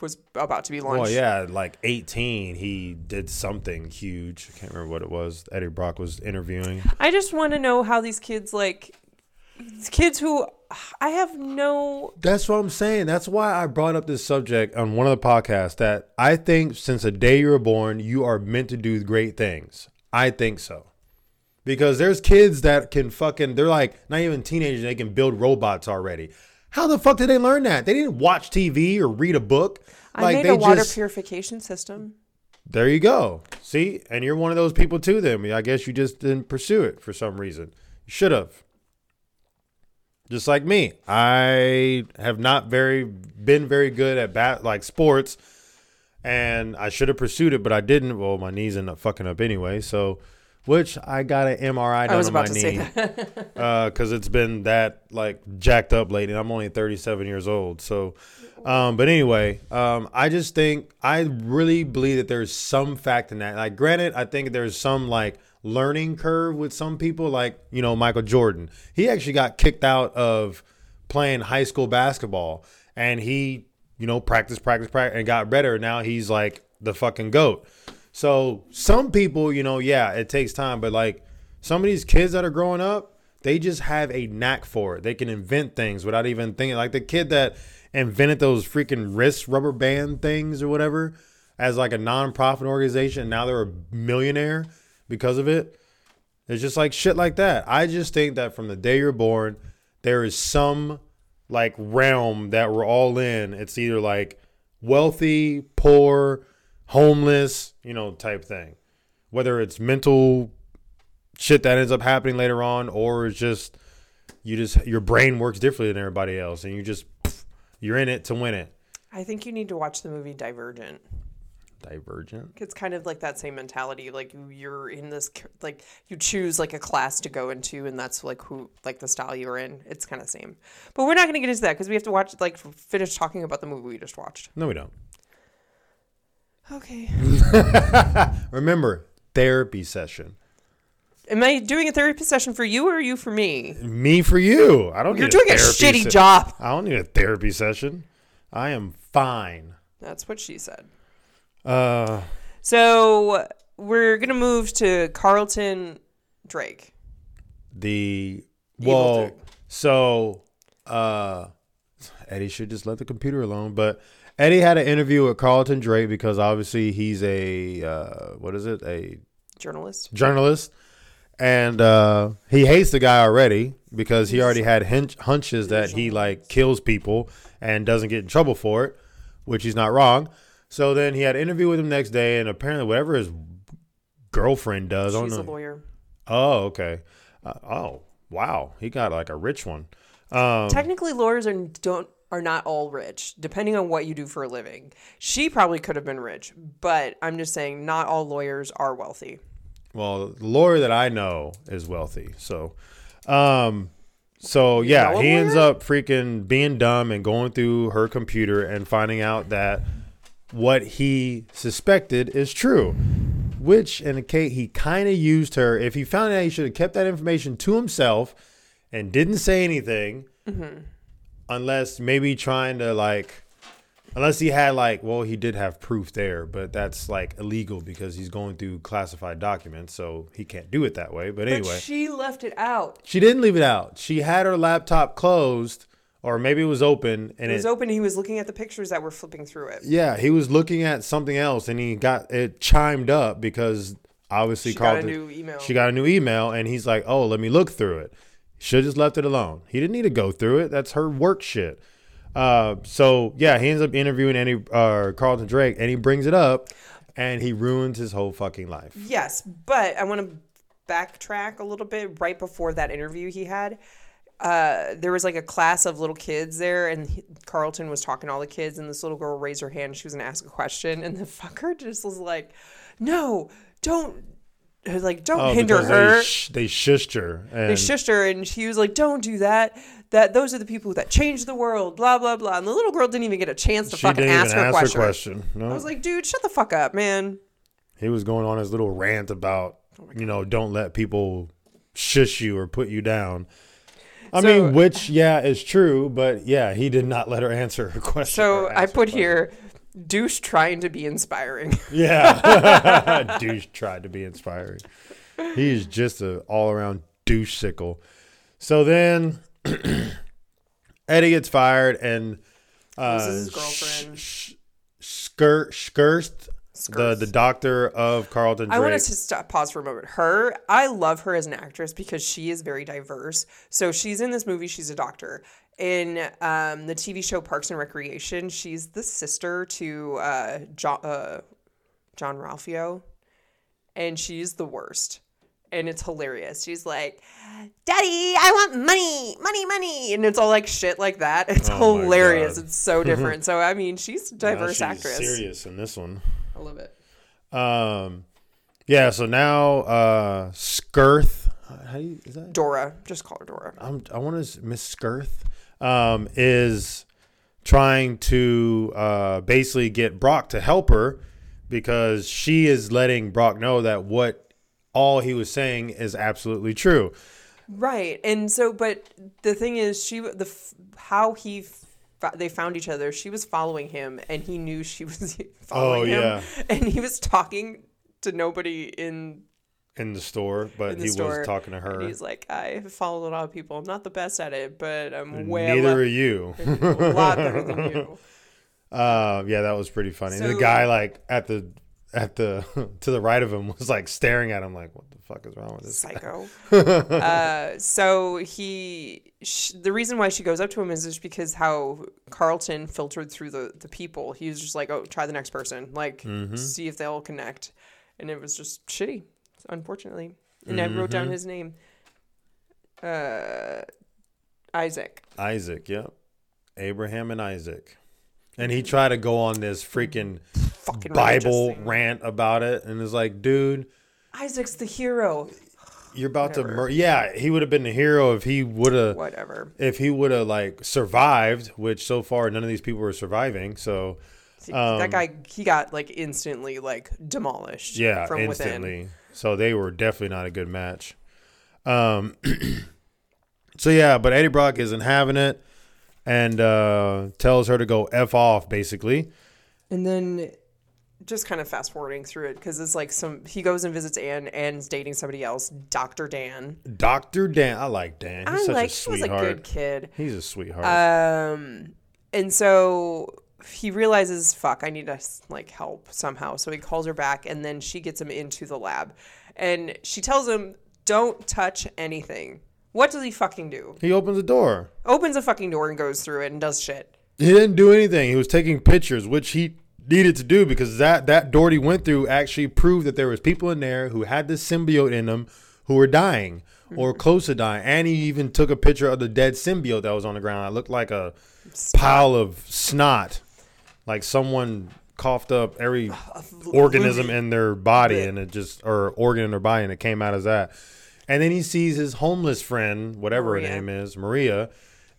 S1: was about to be launched.
S2: Well, yeah, like 18, he did something huge. I can't remember what it was. Eddie Brock was interviewing.
S1: I just want to know how these kids like these kids who I have no
S2: That's what I'm saying. That's why I brought up this subject on one of the podcasts that I think since the day you were born, you are meant to do great things. I think so. Because there's kids that can fucking, they're like not even teenagers, they can build robots already. How the fuck did they learn that? They didn't watch TV or read a book.
S1: I made a water purification system.
S2: There you go. See, and you're one of those people too. Then I guess you just didn't pursue it for some reason. You should have. Just like me, I have not very been very good at bat like sports, and I should have pursued it, but I didn't. Well, my knees end up fucking up anyway. So, which I got an MRI done
S1: I was
S2: on
S1: about
S2: my
S1: to say
S2: knee [laughs] because Uh, it's been that like jacked up lately. and I'm only 37 years old. So, um, but anyway, um, I just think I really believe that there's some fact in that. Like, granted, I think there's some like learning curve with some people, like you know Michael Jordan. He actually got kicked out of playing high school basketball, and he you know practiced, practiced, practice, and got better. Now he's like the fucking goat. So some people, you know, yeah, it takes time, but like some of these kids that are growing up, they just have a knack for it. They can invent things without even thinking. Like the kid that invented those freaking wrist rubber band things or whatever as like a nonprofit organization. Now they're a millionaire because of it. It's just like shit like that. I just think that from the day you're born, there is some like realm that we're all in. It's either like wealthy, poor, homeless, you know, type thing. Whether it's mental shit that ends up happening later on, or it's just you just your brain works differently than everybody else, and you just pff, you're in it to win it.
S1: I think you need to watch the movie Divergent.
S2: Divergent.
S1: It's kind of like that same mentality. Like you- you're in this, c- like you choose like a class to go into, and that's like who, like the style you're in. It's kind of same. But we're not going to get into that because we have to watch, like, f- finish talking about the movie we just watched.
S2: No, we don't.
S1: Okay.
S2: Remember therapy session.
S1: Am I doing a therapy session for you or are you for me?
S2: Me for you. I don't.
S1: You're
S2: need
S1: doing a
S2: therapy
S1: shitty
S2: se-
S1: job.
S2: I don't need a therapy session. I am fine.
S1: That's what she said.
S2: Uh,
S1: So we're going to move to Carlton Drake.
S2: the
S1: Evil
S2: well,
S1: Duke.
S2: so uh, Eddie should just let the computer alone. But Eddie had an interview with Carlton Drake because obviously he's a uh, what is it a
S1: journalist.
S2: journalist, and uh, he hates the guy already because he already had hunch- hunches that he like kills people and doesn't get in trouble for it, which he's not wrong. So then he had an interview with him next day, and apparently whatever his girlfriend does, I don't
S1: She's a
S2: know.
S1: lawyer.
S2: Oh, okay. Uh, oh, wow. He got like a rich one. Um,
S1: Technically, lawyers are don't are not all rich, depending on what you do for a living. She probably could have been rich, but I'm just saying, not all lawyers are wealthy.
S2: Well, the lawyer that I know is wealthy. So, um, so yeah,
S1: know a
S2: he ends
S1: lawyer?
S2: up freaking being dumb and going through her computer and finding out that what he suspected is true. Which, and Kate, he kind of used her. If he found out, he should have kept that information to himself and didn't say anything, unless maybe trying to like. Unless he had like, well, he did have proof there, but that's like illegal because he's going through classified documents, so he can't do it that way. But anyway,
S1: But she left it out.
S2: she didn't leave it out. She had her laptop closed, or maybe it was open,
S1: It
S2: and it,
S1: was open. He was looking at the pictures that were flipping through it.
S2: yeah, he was looking at something else, and he got it chimed up because obviously
S1: She got
S2: called
S1: a
S2: it-
S1: new email.
S2: She got a new email, and he's like, "Oh, let me look through it." Should just left it alone. He didn't need to go through it. That's her work shit. Uh, so yeah, he ends up interviewing any uh, Carlton Drake, and he brings it up, and he ruins his whole fucking life.
S1: Yes, but I want to backtrack a little bit. Right before that interview he had, uh, there was like a class of little kids there, and he, Carlton was talking to all the kids, and this little girl raised her hand. She was gonna ask a question, and the [laughs] fucker just was like, "No, don't." uh, Like, don't
S2: Oh,
S1: hinder
S2: because
S1: her.
S2: They, sh- they shushed her. And
S1: They shushed her, and she was like, "Don't do that. That those are the people that change the world." Blah blah blah. And the little girl didn't even get a chance to
S2: she
S1: fucking
S2: didn't
S1: ask,
S2: even
S1: her,
S2: ask
S1: question.
S2: her question. No,
S1: I was like, "Dude, shut the fuck up, man."
S2: he was going on his little rant about
S1: Oh
S2: you know don't let people shush you or put you down. I
S1: So-
S2: mean, which yeah is true, but yeah, he did not let her answer her [laughs] question.
S1: So
S2: or
S1: I
S2: ask her
S1: put
S2: question.
S1: here, douche trying to be inspiring.
S2: [laughs] Yeah. [laughs] douche tried to be inspiring. He is just an all around douche sickle. So then [clears throat] Eddie gets fired and uh,
S1: Loses his girlfriend.
S2: Sh- sh- Skir- Skirst, the,
S1: Skirst.
S2: the doctor of Carlton
S1: I
S2: Drake.
S1: want us to stop, pause for a moment. Her, I love her as an actress because she is very diverse. So she's in this movie, she's a doctor. In um, the TV show Parks and Recreation, she's the sister to uh, John, uh, John Ralphio, and she's the worst. And it's hilarious. She's like, Daddy, I want money, money, money. And it's all like shit like that. It's
S2: Oh my
S1: hilarious.
S2: God.
S1: It's so
S2: [laughs]
S1: different. so, I mean, she's a
S2: Now
S1: diverse
S2: she's
S1: actress.
S2: serious in this one.
S1: I love it.
S2: Um, yeah, so now uh, Skirth. How do you, is that?
S1: Dora. Just call her Dora.
S2: I'm, I want to Miss Skirth um, is trying to uh, basically get Brock to help her because she is letting Brock know that what all he was saying is absolutely true.
S1: Right. And so but the thing is she the f- how he f- they found each other. She was following him and he knew she [laughs] was following
S2: Oh,
S1: him.
S2: yeah.
S1: And he was talking to nobody in
S2: In the store, but
S1: the
S2: he
S1: store.
S2: was talking to her.
S1: And he's like, I have followed a lot of people. I'm not the best at it, but I'm way
S2: Neither are
S1: a [laughs]
S2: you.
S1: lot, a lot better than
S2: [laughs]
S1: you.
S2: Uh, yeah, that was pretty funny. the
S1: So-
S2: guy like at the at the [laughs] to the right of him was like staring at him like, what the fuck is wrong with this?
S1: psycho.
S2: [laughs]
S1: uh, so he, sh- the reason why she goes up to him is just because how Carlton filtered through the the people. He was just like, oh, try the next person, like
S2: Mm-hmm.
S1: see if they'll connect, and it was just shitty, unfortunately. And I wrote
S2: Mm-hmm.
S1: down his name, uh, Isaac.
S2: Isaac, yep. Abraham and Isaac. And he tried to go on this freaking
S1: Fucking religious
S2: Bible
S1: thing.
S2: rant about it and is like, dude,
S1: Isaac's the hero.
S2: you're about to mur- yeah, he would have been the hero if he would have
S1: Whatever.
S2: if he would have like survived, which so far none of these people are surviving. So
S1: See,
S2: Um,
S1: that guy, he got like instantly like demolished.
S2: yeah,
S1: from
S2: instantly.
S1: within.
S2: So they were definitely not a good match. Um [clears throat] So yeah, but Eddie Brock isn't having it and uh tells her to go F off basically.
S1: And then just kind of fast forwarding through it because it's like some he goes and visits Anne. Anne's dating somebody else, Dr. Dan.
S2: Dr. Dan, I like Dan. He's
S1: I like
S2: such a Uh,
S1: he was a
S2: sweetheart.
S1: good kid.
S2: He's a sweetheart.
S1: Um and so he realizes, fuck, I need to like help somehow. So he calls her back, and then she gets him into the lab, and she tells him, "Don't touch anything." What does he fucking do?
S2: He opens the door.
S1: Opens a fucking door and goes through it and does shit.
S2: He didn't do anything. He was taking pictures, which he needed to do because that that door he went through actually proved that there was people in there who had this symbiote in them who were dying or close to dying. And he even took a picture of the dead symbiote that was on the ground. It looked like a pile of snot, like someone coughed up
S1: [sighs]
S2: every organism in their body and it just or organ in their body and it came out as that. And then he sees his homeless friend, whatever her
S1: Maria.
S2: name is, Maria,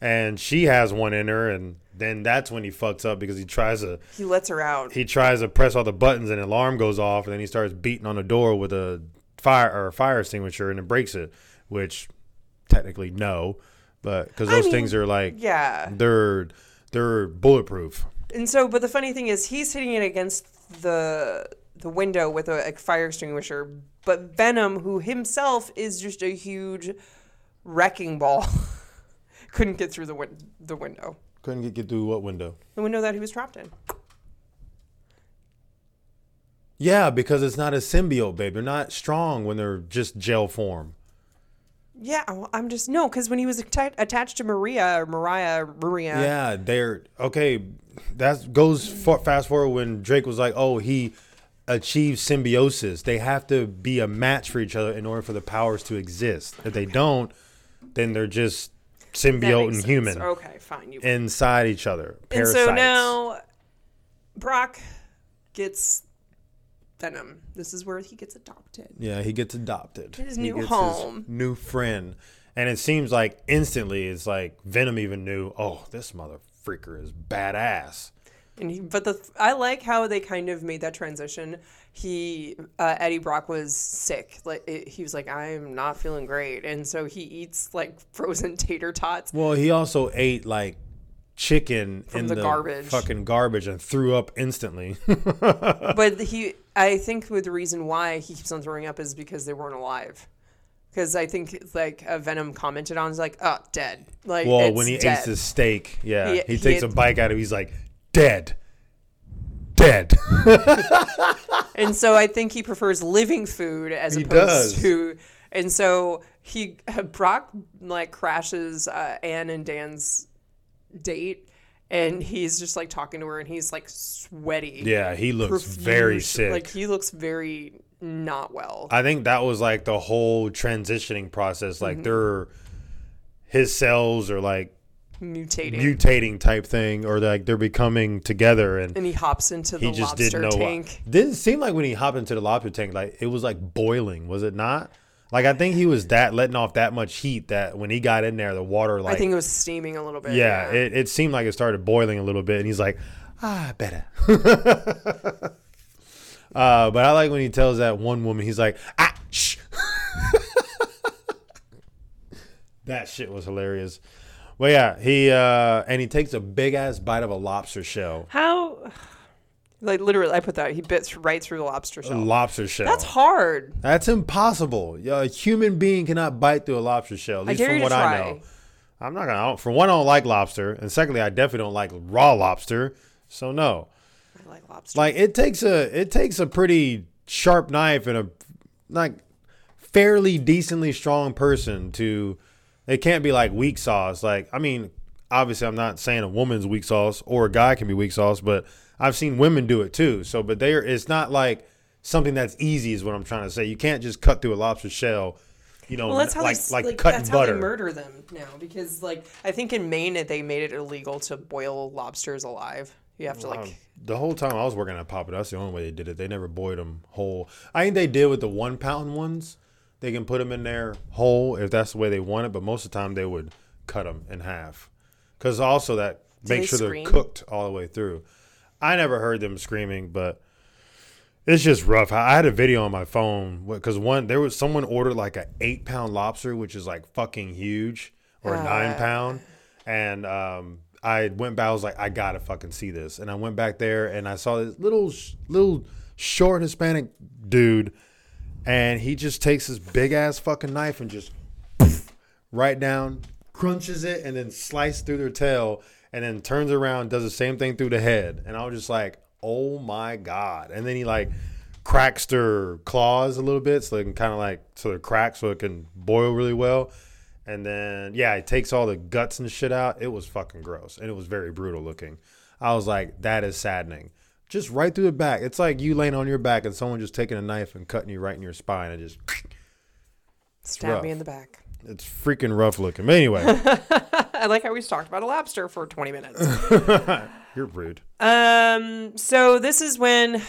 S2: and she has one in her and then that's when he fucks up because he tries to
S1: He lets her out.
S2: he tries to press all the buttons and an alarm goes off and then he starts beating on the door with a fire or a fire extinguisher and it breaks it which technically no but because those
S1: mean,
S2: things are like
S1: yeah.
S2: they're they're bulletproof
S1: And so, but the funny thing is, he's hitting it against the the window with a, a fire extinguisher. But Venom, who himself is just a huge wrecking ball, [laughs] couldn't get through the win- the window.
S2: couldn't get, get through what window
S1: The window that he was trapped in.
S2: yeah because it's not a symbiote babe they're not strong when they're just gel form
S1: Yeah, well, I'm just no, because when he was atta- attached to Maria, or Mariah, Maria,
S2: yeah they're okay that goes fa- fast forward when drake was like oh he achieved symbiosis they have to be a match for each other in order for the powers to exist if they don't then they're just
S1: that
S2: symbiote
S1: makes
S2: and
S1: sense.
S2: human
S1: Okay, fine. You
S2: inside each other
S1: and
S2: parasites.
S1: so now Brock gets Venom. This is where he gets adopted.
S2: yeah he gets adopted
S1: his
S2: He
S1: new
S2: gets
S1: home.
S2: new friend and it seems like instantly it's like venom even knew oh this mother freaker is badass
S1: And he, but the I like how they kind of made that transition. He uh, Eddie Brock was sick. Like it, he was like, I'm not feeling great, and so he eats like [laughs] frozen tater
S2: [laughs]
S1: tots.
S2: Well, he also ate like chicken in
S1: the garbage.
S2: fucking garbage, and threw up
S1: [laughs]
S2: instantly.
S1: But he, I think, with the reason why he keeps on throwing up is because they weren't alive. Because I think like uh, Venom commented on, is like, oh, dead. Like
S2: well,
S1: it's
S2: when he
S1: dead.
S2: eats his steak, yeah,
S1: He-
S2: he,
S1: he
S2: takes
S1: ate-
S2: a bite out of. it, He's like dead, dead. [laughs]
S1: And so I think he prefers living food as opposed
S2: does.
S1: to. And so he uh, Brock like crashes uh, Anne and Dan's date, and he's just like talking to her, and he's like sweaty.
S2: yeah, he looks very
S1: Profuse.
S2: sick.
S1: Like he looks very not well.
S2: I think that was like the whole transitioning process.
S1: Mm-hmm.
S2: Like they're his cells are like
S1: mutating.
S2: mutating type thing, or like they're becoming together, and
S1: and he hops into the
S2: he just
S1: lobster
S2: didn't know
S1: tank.
S2: why. Didn't seem like when he hopped into the lobster tank, like it was like boiling, was it not? Like I think he was that letting off that much heat that when he got in there, the water like
S1: I think it was steaming a little bit.
S2: yeah, It, it seemed like it started boiling a little bit, and he's like, ah, better. [laughs] uh, but I like when he tells that one woman, he's like, ah, shh. [laughs] that shit was hilarious. Well, yeah, he uh, and he takes a big ass bite of a lobster shell.
S1: How? Like literally, I put that. He bit right through the lobster shell.
S2: Lobster shell.
S1: Oh. That's hard.
S2: That's impossible. A human being cannot bite through a lobster shell. At least
S1: dare
S2: from
S1: you to
S2: what I
S1: try.
S2: know. I'm not gonna. I don't- For one, I don't like lobster, and secondly, I definitely don't like raw lobster. So no.
S1: I like lobster.
S2: Like it takes a it takes a pretty sharp knife and a like fairly decently strong person to. It can't be like weak sauce. Like I mean, obviously, I'm not saying a woman's weak sauce or a guy can be weak sauce, but I've seen women do it too. So, but there, it's not like something that's easy. Is what I'm trying to say. You can't just cut through a lobster shell. You know,
S1: Well, that's how
S2: like
S1: they,
S2: like,
S1: like
S2: cutting
S1: that's
S2: butter.
S1: how they murder them now because like I think in Maine it- they made it illegal to boil lobsters alive. You have to like
S2: Um, the whole time I was working at Papa, that's the only way they did it. They never boiled them whole. I think they did with the one pound ones. They can put them in there whole if that's the way they want it, but most of the time they would cut them in half. Because also that
S1: they
S2: make sure
S1: scream?
S2: they're cooked all the way through. I never heard them screaming, but it's just rough. I I had a video on my phone because one there was someone ordered like a eight pound lobster, which is like fucking huge, or a nine pound, and um, I went back. I was like, I gotta fucking see this, and I went back there and I saw this little sh- little short Hispanic dude, and he just takes this big ass fucking knife and just right down, crunches it, and then slices through their tail. and then turns around, does the same thing through the head. And I was just like, oh my God. And then he like cracks their claws a little bit so they can kind of like, so they're cracked so it can boil really well. And then, yeah, it takes all the guts and shit out. It was fucking gross and it was very brutal looking. I was like, that is saddening. Just right through the back. It's like you laying on your back and someone just taking a knife and cutting you right in your spine and just,
S1: Stab
S2: rough.
S1: me in the back. [laughs]
S2: it's freaking rough looking. But anyway, [laughs]
S1: I like how we talked about a lobster for 20 minutes.
S2: [laughs] you're rude.
S1: Um, so this is when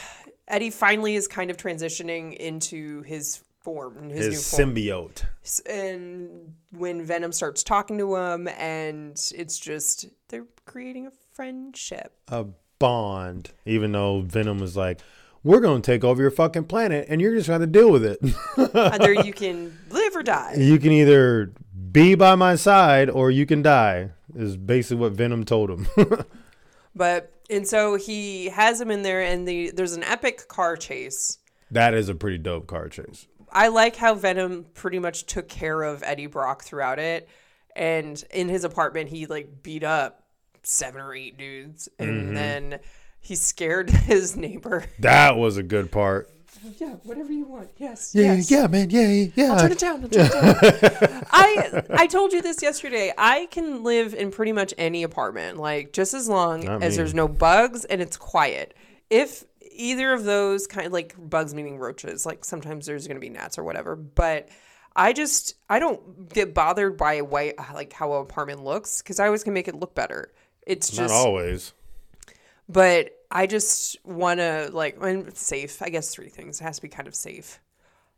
S1: Eddie finally is kind of transitioning into his form, his,
S2: His
S1: new form.
S2: symbiote.
S1: and when Venom starts talking to him, and it's just they're creating a
S2: [laughs]
S1: friendship.
S2: a bond, even though Venom was like, we're going to take over your fucking planet and you're just going to deal with it. [laughs]
S1: Either you can live or die.
S2: you can either be by my side or you can die, is basically what Venom told him. [laughs]
S1: But and so he has him in there, and the there's an epic car chase.
S2: that is a pretty dope car chase.
S1: I like how Venom pretty much took care of Eddie Brock throughout it. And in his apartment, he like beat up seven or eight dudes. And then he scared [laughs] his neighbor.
S2: That was a good part.
S1: yeah, whatever you want. Yes.
S2: Yeah,
S1: yes.
S2: yeah, man. Yeah, yeah, yeah.
S1: I'll turn it down. I'll turn it
S2: [laughs]
S1: down. I I told you this yesterday. I can live in pretty much any apartment, like just as long
S2: Not
S1: as
S2: me.
S1: there's no bugs and it's quiet. If either of those kind, like bugs meaning roaches, like sometimes there's gonna be gnats or whatever, but. I just I don't get bothered by white like how an apartment looks because I always can make it look better. It's
S2: Not
S1: just
S2: always.
S1: but I just want to like and it's safe. I guess three things. It has to be kind of safe.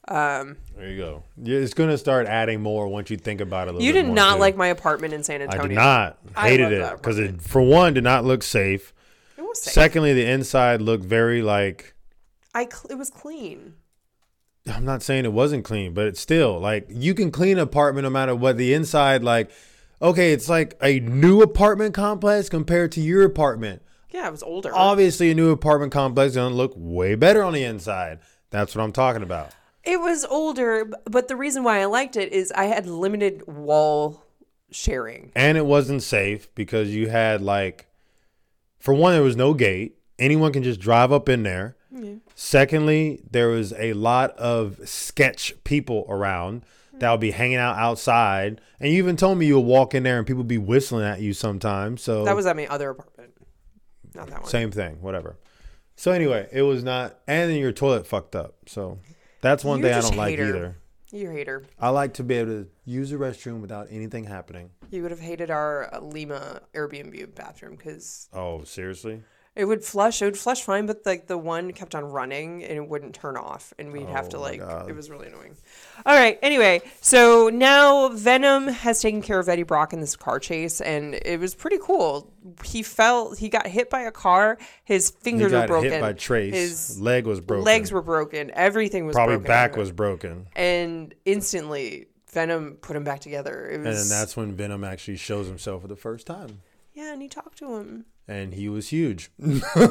S1: Um,
S2: There you go. Yeah, It's going to start adding more once you think about it a little
S1: You
S2: bit
S1: did
S2: more,
S1: not
S2: too.
S1: like my apartment in San Antonio.
S2: I did not.
S1: I love
S2: Hated it.
S1: that
S2: Because it, for one, did not look safe.
S1: It was safe.
S2: Secondly, the inside looked very like
S1: I cl- it was clean.
S2: I'm not saying it wasn't clean, but it's still like you can clean an apartment no matter what the inside like okay, it's like a new apartment complex compared to your apartment.
S1: Yeah, it was older.
S2: Obviously a new apartment complex is gonna look way better on the inside. That's what I'm talking about.
S1: it was older, b- but the reason why I liked it is I had limited wall sharing.
S2: And it wasn't safe because you had like for one, there was no gate. Anyone can just drive up in there. Secondly, there was a lot of sketch people around that would be hanging out outside. And you even told me you would walk in there and people would be whistling at you sometimes. So
S1: That was at my other apartment, not that one.
S2: Oh. same thing, whatever. So anyway, it was not. And then your toilet fucked up. So that's one
S1: You're
S2: thing I
S1: just
S2: don't like
S1: hater.
S2: either.
S1: You hater.
S2: I like to be able to use the restroom without anything happening.
S1: You would have hated our uh, Lima Airbnb bathroom because
S2: Oh, seriously?
S1: it would flush. It would flush fine, but like the one kept on running and it wouldn't turn off, and we'd
S2: Oh
S1: have to like. It was really annoying. All right. Anyway, so now Venom has taken care of Eddie Brock in this car chase, and it was pretty cool. He fell. He got hit by a car. His
S2: He
S1: fingers were
S2: got
S1: broken.
S2: hit by Trace.
S1: His
S2: leg was broken.
S1: legs were broken. Everything was
S2: Probably
S1: broken.
S2: back was broken.
S1: And instantly, Venom put him back together. It
S2: And
S1: was
S2: then that's when Venom actually shows himself for the first time.
S1: yeah, and he talked to him.
S2: And he was huge.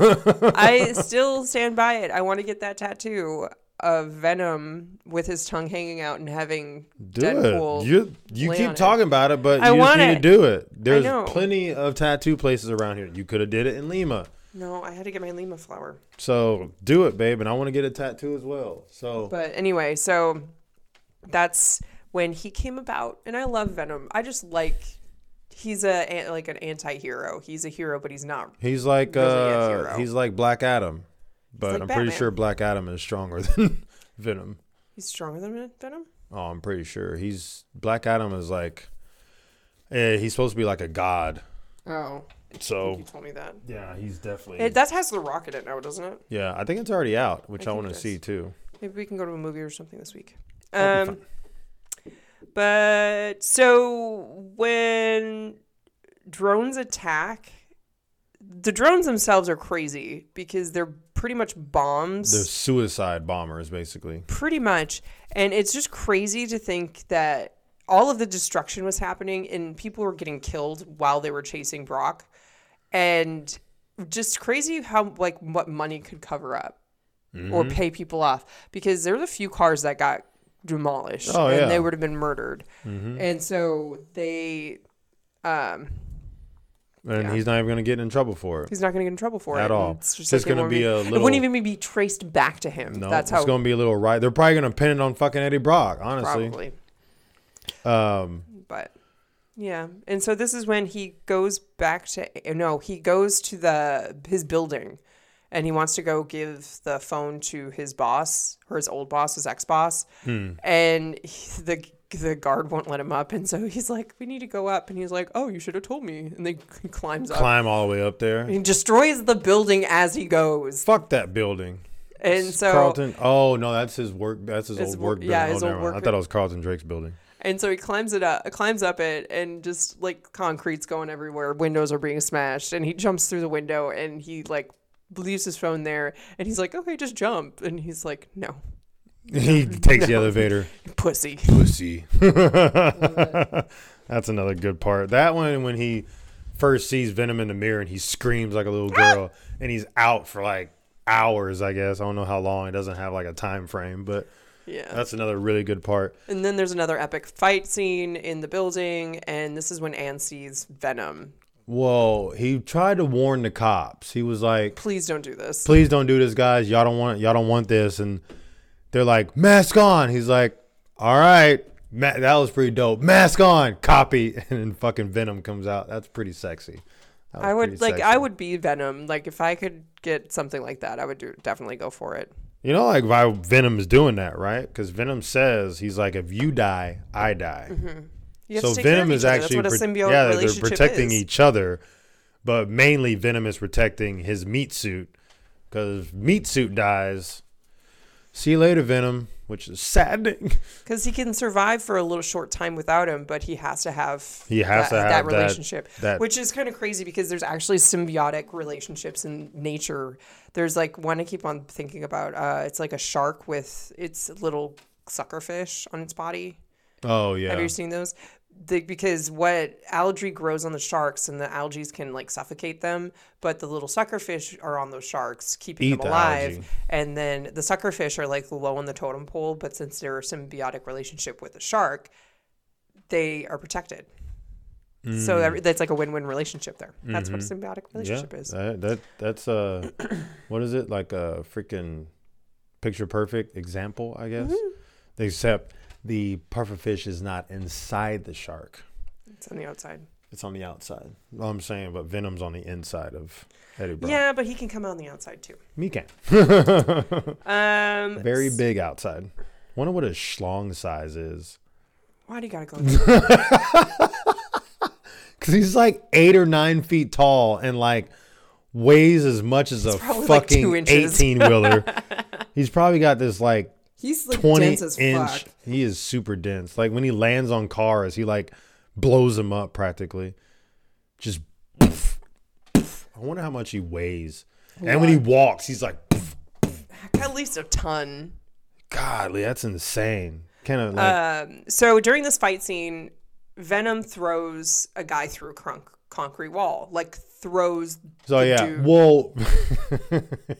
S1: I still stand by it. I want to get that tattoo of Venom with his tongue hanging out and having
S2: Do
S1: Deadpool.
S2: it. You you
S1: lay on
S2: keep
S1: it.
S2: talking about it, but
S1: I
S2: you just
S1: want
S2: need
S1: it.
S2: to do it.
S1: know.
S2: There's plenty of tattoo places around here. You could have did it in Lima.
S1: No, I had to get my Lima flower.
S2: So do it, babe. And I want to get a tattoo as well. So
S1: But anyway, so that's when he came about, and I love Venom. I just like he's a like an anti-hero. He's a hero, but he's not.
S2: he's like
S1: Really a
S2: uh
S1: hero.
S2: he's like Black Adam. But
S1: like
S2: I'm
S1: Batman.
S2: pretty sure Black Adam is stronger [laughs] than Venom.
S1: He's stronger than Venom.
S2: Oh, I'm pretty sure. He's Black Adam is like eh, he's supposed to be like a god.
S1: Oh, you
S2: So
S1: told me that.
S2: Yeah, he's definitely
S1: It, that has the rocket in it now, doesn't it?
S2: Yeah, I think it's already out, which I,
S1: think
S2: want
S1: it
S2: to
S1: is.
S2: see too.
S1: Maybe we can go to a movie or something this week.
S2: That'd be
S1: Um, but so when drones attack, the drones themselves are crazy because they're pretty much bombs,
S2: They're suicide bombers, basically.
S1: pretty much, and it's just crazy to think that all of the destruction was happening and people were getting killed while they were chasing Brock, and just crazy how like what money could cover up or
S2: Mm-hmm.
S1: pay people off because there was a few cars that got demolished
S2: Oh,
S1: and
S2: yeah. Mm-hmm.
S1: they would have been murdered. And so they um
S2: and
S1: Yeah.
S2: he's not even going to get in trouble for it.
S1: He's not going to get in trouble for
S2: At
S1: it and
S2: all.
S1: It's just,
S2: Just
S1: like they
S2: gonna
S1: won't
S2: be a
S1: It
S2: little-
S1: wouldn't even be traced back to him.
S2: No,
S1: That's
S2: it's
S1: how
S2: going to be a little right. They're probably going to pin it on fucking Eddie Brock, honestly.
S1: probably.
S2: Um,
S1: But yeah, and so this is when he goes back to no, he goes to the his building, and he wants to go give the phone to his boss or his old boss, his ex boss,
S2: Hmm.
S1: and he, the the guard won't let him up, and so he's like, "We need to go up," and he's like, "Oh, you should have told me," and then he [laughs] climbs up.
S2: climb all the way up there.
S1: he destroys the building as he goes,
S2: Fuck that building.
S1: and so
S2: Carlton. Oh no, that's his work. That's his,
S1: His
S2: old
S1: wo-
S2: work building.
S1: yeah,
S2: oh,
S1: his
S2: never
S1: old
S2: mind. I
S1: work-
S2: thought it was Carlton Drake's building. [laughs]
S1: And so he climbs it up, climbs up it, and just like concrete's going everywhere. Windows are being smashed, and he jumps through the window, and he like leaves his phone there, and he's like, "Okay, just jump," and he's like, "No,
S2: he
S1: [laughs]
S2: takes the elevator.
S1: pussy."
S2: Pussy. [laughs] that's another good part. That one when he first sees Venom in the mirror and he screams like a little girl, and he's out for like hours. I guess I don't know how long. It doesn't have like a time frame, but
S1: Yeah.
S2: that's another really good part.
S1: and then there's another epic fight scene in the building, and this is when Anne sees Venom.
S2: Whoa, he tried to warn the cops. He was like,
S1: Please don't do this.
S2: please don't do this, guys. Y'all don't want y'all don't want this. And they're like, mask on. He's like, all right, Ma- that was pretty dope. Mask on, copy. [laughs] And then fucking Venom comes out. That's pretty sexy. That was
S1: I would
S2: pretty
S1: like
S2: sexy.
S1: I would be Venom. Like if I could get something like that, I would do definitely go for it.
S2: You know, like why Venom is doing that, right? Because Venom says he's like, if you die, I die.
S1: Mm-hmm. You have
S2: So
S1: to take care
S2: Venom
S1: of
S2: is
S1: each other.
S2: actually
S1: that's what a
S2: pro-
S1: symbiote
S2: yeah, they're
S1: relationship
S2: protecting
S1: is.
S2: each other, but mainly Venom is protecting his meat suit because meat suit dies. See you later, Venom, which is saddening. [laughs]
S1: Because he can survive for a little short time without him, but he has to have
S2: He has to have that-
S1: relationship,
S2: that-
S1: which is kind of crazy because there's actually symbiotic relationships in nature. There's like one I keep on thinking about. Uh, it's like a shark with its little suckerfish on its body.
S2: Oh yeah.
S1: Have you seen those? The, because what algae grows on the sharks and the algae can like suffocate them, but the little suckerfish are on those sharks, keeping
S2: Eat
S1: them
S2: the
S1: alive.
S2: algae.
S1: And then the suckerfish are like low on the totem pole, but since they're a symbiotic relationship with the shark, they are protected. So that, that's like a win-win relationship there. That's what a symbiotic
S2: Mm. Mm-hmm. yeah,
S1: relationship is.
S2: that, that that's uh,
S1: [clears throat]
S2: what is it like a freaking picture perfect example, I guess.
S1: Mm-hmm.
S2: Except the pufferfish is not inside the shark;
S1: It's on the outside.
S2: it's on the outside. Know what I'm saying, but venom's on the inside of Eddie Brock.
S1: Yeah, but he can come out on the outside too.
S2: me can.
S1: Um,
S2: Very big outside. Wonder what a schlong size is.
S1: why do you gotta go?
S2: [laughs] Cause he's like eight or nine feet tall and like weighs as much as a
S1: probably like two
S2: fucking
S1: inches. [laughs]
S2: eighteen wheeler. he's probably got this like
S1: He's like
S2: 20
S1: dense as
S2: inch.
S1: fuck.
S2: He is super dense. Like when he lands on cars, he like blows them up practically. Just poof, poof. I wonder how much he weighs. And when he walks, he's like, poof.
S1: At least a ton.
S2: Godly, that's insane. Kind of like,
S1: Um, so during this fight scene, Venom throws a guy through a cronk, concrete wall, like throws. [laughs]
S2: so
S1: the
S2: yeah.
S1: dude.
S2: Well, [laughs]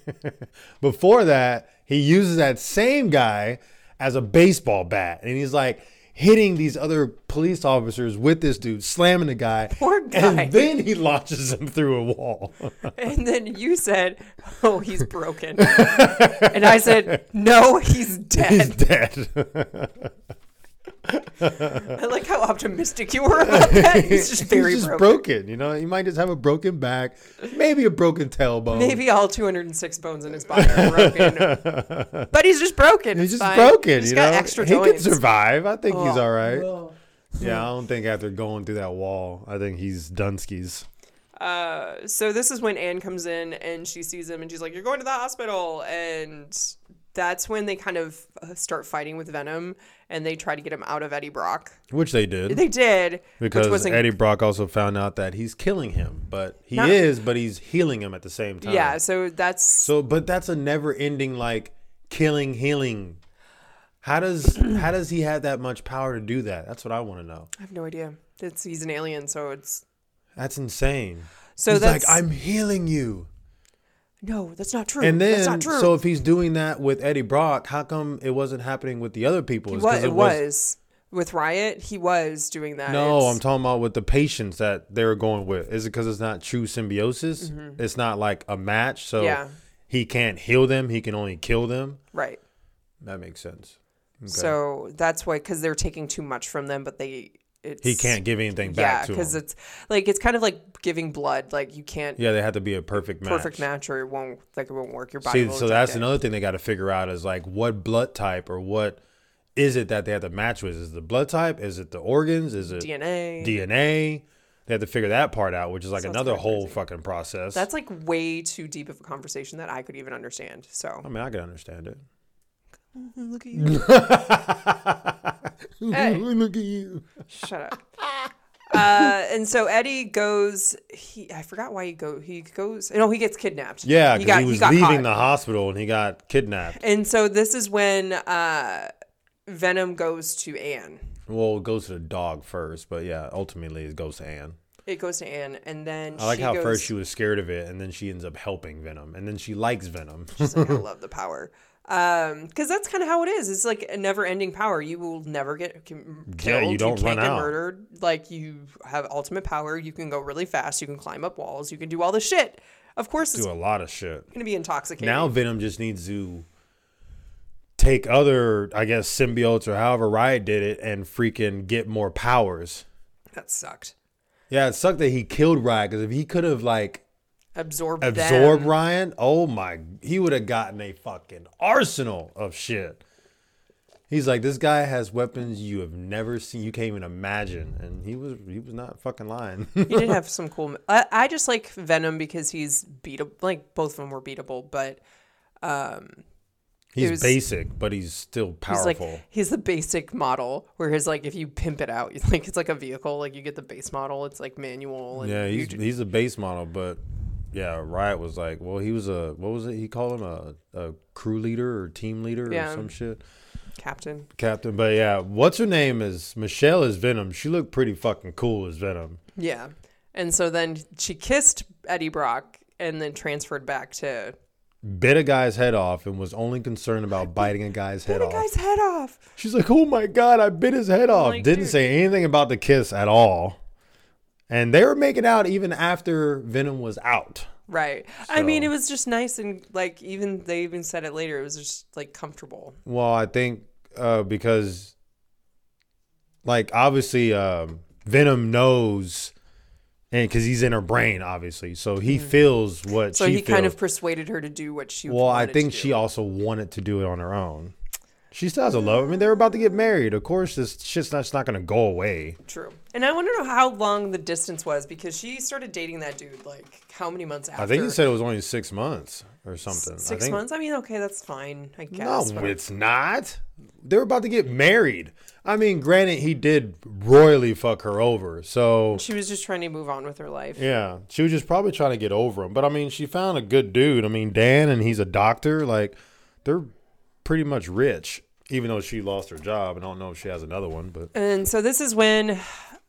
S2: before that, he uses that same guy as a baseball bat. And he's like, Hitting these other police officers with this dude, slamming the guy,
S1: Poor guy.
S2: and then he launches him through a wall. [laughs]
S1: And then you said, "Oh, he's
S2: [laughs]
S1: broken," and I said, "No, he's [laughs]
S2: [laughs] He's
S1: dead."
S2: dead.
S1: I like how optimistic you were about
S2: [laughs]
S1: that. He's just very
S2: He's just
S1: broken.
S2: broken. You know, he might just have a broken back, maybe a broken tailbone.
S1: Maybe all 206 bones in his body are broken,
S2: [laughs]
S1: but he's just broken.
S2: he's
S1: It's
S2: just
S1: fine.
S2: broken.
S1: He's
S2: you
S1: got
S2: know,
S1: extra
S2: he
S1: joints.
S2: can survive. I think he's
S1: Oh.
S2: all right. Yeah, I don't think after going through that wall, I think he's Dunskys.
S1: Uh, so this is when Anne comes in and she sees him and she's like, "You're going to the hospital," and that's when they kind of uh, start fighting with Venom and they try to get him out of Eddie Brock.
S2: Which they did
S1: They did,
S2: because
S1: which wasn't
S2: Eddie Brock also found out that he's killing him, but he
S1: Not-
S2: is, but he's healing him at the same time.
S1: yeah. So that's
S2: So, but that's a never-ending like killing, healing. How
S1: [clears throat]
S2: does how does he have that much power to do that? That's what I want to know.
S1: I have no idea. It's he's an alien, so it's
S2: That's insane.
S1: so
S2: he's
S1: that's
S2: like, I'm healing you.
S1: no, that's not true.
S2: And
S1: that's
S2: then,
S1: not true.
S2: so if he's doing that with Eddie Brock, how come it wasn't happening with the other people? It's
S1: what
S2: 'cause
S1: it was. with Riot, he was doing that.
S2: No,
S1: It's-
S2: I'm talking about with the patients that they're going with. Is it because it's not true symbiosis? It's not like a match, so
S1: Mm-hmm. Yeah.
S2: he can't heal them. He can only kill them.
S1: right.
S2: That makes sense.
S1: So that's why, because they're taking too much from them, but they it's,
S2: He can't give anything
S1: Yeah,
S2: back to
S1: because
S2: him.
S1: it's like it's kind of like giving blood. Like you can't
S2: Yeah, they have to be a perfect match.
S1: perfect match, or it won't like it won't work. Your body.
S2: See,
S1: will
S2: so that's
S1: reject it.
S2: another thing they got to figure out is like what blood type or what is it that they have to match with? Is it the blood type? Is it the organs? Is it
S1: DNA.
S2: DNA? They have to figure that part out, which is like
S1: Sounds
S2: another
S1: kinda
S2: whole fucking process.
S1: that's like way too deep of a conversation that I could even understand. So
S2: I mean, I can understand it.
S1: look at you. Hey.
S2: Look at you.
S1: Shut up. Uh, and so Eddie goes. He I forgot why he go. He goes. No, he gets kidnapped.
S2: Yeah,
S1: he
S2: because
S1: got
S2: he was
S1: he got
S2: leaving
S1: caught.
S2: the hospital and he got kidnapped.
S1: And so this is when uh, Venom goes to Anne.
S2: Well, it goes to the dog first, but yeah, ultimately it goes to Anne.
S1: It goes to Anne, and then
S2: I like
S1: she
S2: how
S1: goes,
S2: first she was scared of it, and then she ends up helping Venom, and then she likes Venom.
S1: She's
S2: [laughs]
S1: like, I love the power. Because that's kind of how it is. It's like a never-ending power. You will never get com- killed.
S2: you don't
S1: can't
S2: run
S1: get
S2: out.
S1: murdered. Like you have ultimate power. You can go really fast. You can climb up walls. You can do all this shit. Of course, it's
S2: Do a lot of shit.
S1: going to be intoxicating.
S2: Now Venom just needs to take other, I guess, symbiotes or however Riot did it, and freaking get more powers.
S1: that sucked.
S2: Yeah, it sucked that he killed Riot because if he could have like
S1: Absorb.
S2: absorbed
S1: them.
S2: Ryan, oh my, he would have gotten a fucking arsenal of shit. He's like, this guy has weapons you have never seen, you can't even imagine, and he was he was not fucking lying. [laughs]
S1: he did have some cool. I, I just like Venom because he's beatable. Like both of them were beatable, but
S2: he's
S1: was-
S2: basic, but he's still
S1: he's
S2: powerful.
S1: like he's the basic model. Whereas like if you pimp it out, [laughs] it's like it's like a vehicle. Like you get the base model. It's like manual. And
S2: yeah,
S1: you
S2: he's
S1: ju-
S2: he's a base model, but yeah, Riot was like, well, he was a what was it? He called him a a crew leader or team leader
S1: Yeah.
S2: or some shit.
S1: captain.
S2: Captain, but yeah, what's her name is Michelle is Venom. She looked pretty fucking cool as Venom.
S1: Yeah. And so then she kissed Eddie Brock and then transferred back to
S2: bit a guy's head off and was only concerned about biting a guy's head
S1: the
S2: off.
S1: guy's head off.
S2: She's like, "Oh my god, I bit his head off."
S1: like,
S2: Didn't
S1: dude.
S2: say anything about the kiss at all. And they were making out even after Venom was out.
S1: Right. I mean,
S2: So-
S1: it was just nice and like even they even said it later. It was just like comfortable.
S2: Well, I think uh, because, like, obviously, um, Venom knows, and because he's in her brain, obviously, so he feels what
S1: Mm. So
S2: she
S1: he kind
S2: feels.
S1: of persuaded her to do what she.
S2: Well, I
S1: wanted
S2: think
S1: to
S2: she
S1: do.
S2: also wanted to do it on her own. She still has a love. I mean, they're about to get married. Of course, this shit's not, it's not going to go away.
S1: True. And I want to know how long the distance was because she started dating that dude like how many months after?
S2: I think you said it was only six months or something. I
S1: six
S2: think-
S1: months. I mean, okay, that's fine. I
S2: No,
S1: guess. but-
S2: it's not. They're about to get married. I mean, granted, he did royally fuck her over. So,
S1: she was just trying to move on with her life.
S2: yeah, she was just probably trying to get over him. But, I mean, she found a good dude. I mean, Dan, and he's a doctor. Like, they're pretty much rich, even though she lost her job. I don't know if she has another one, but.
S1: And so this is when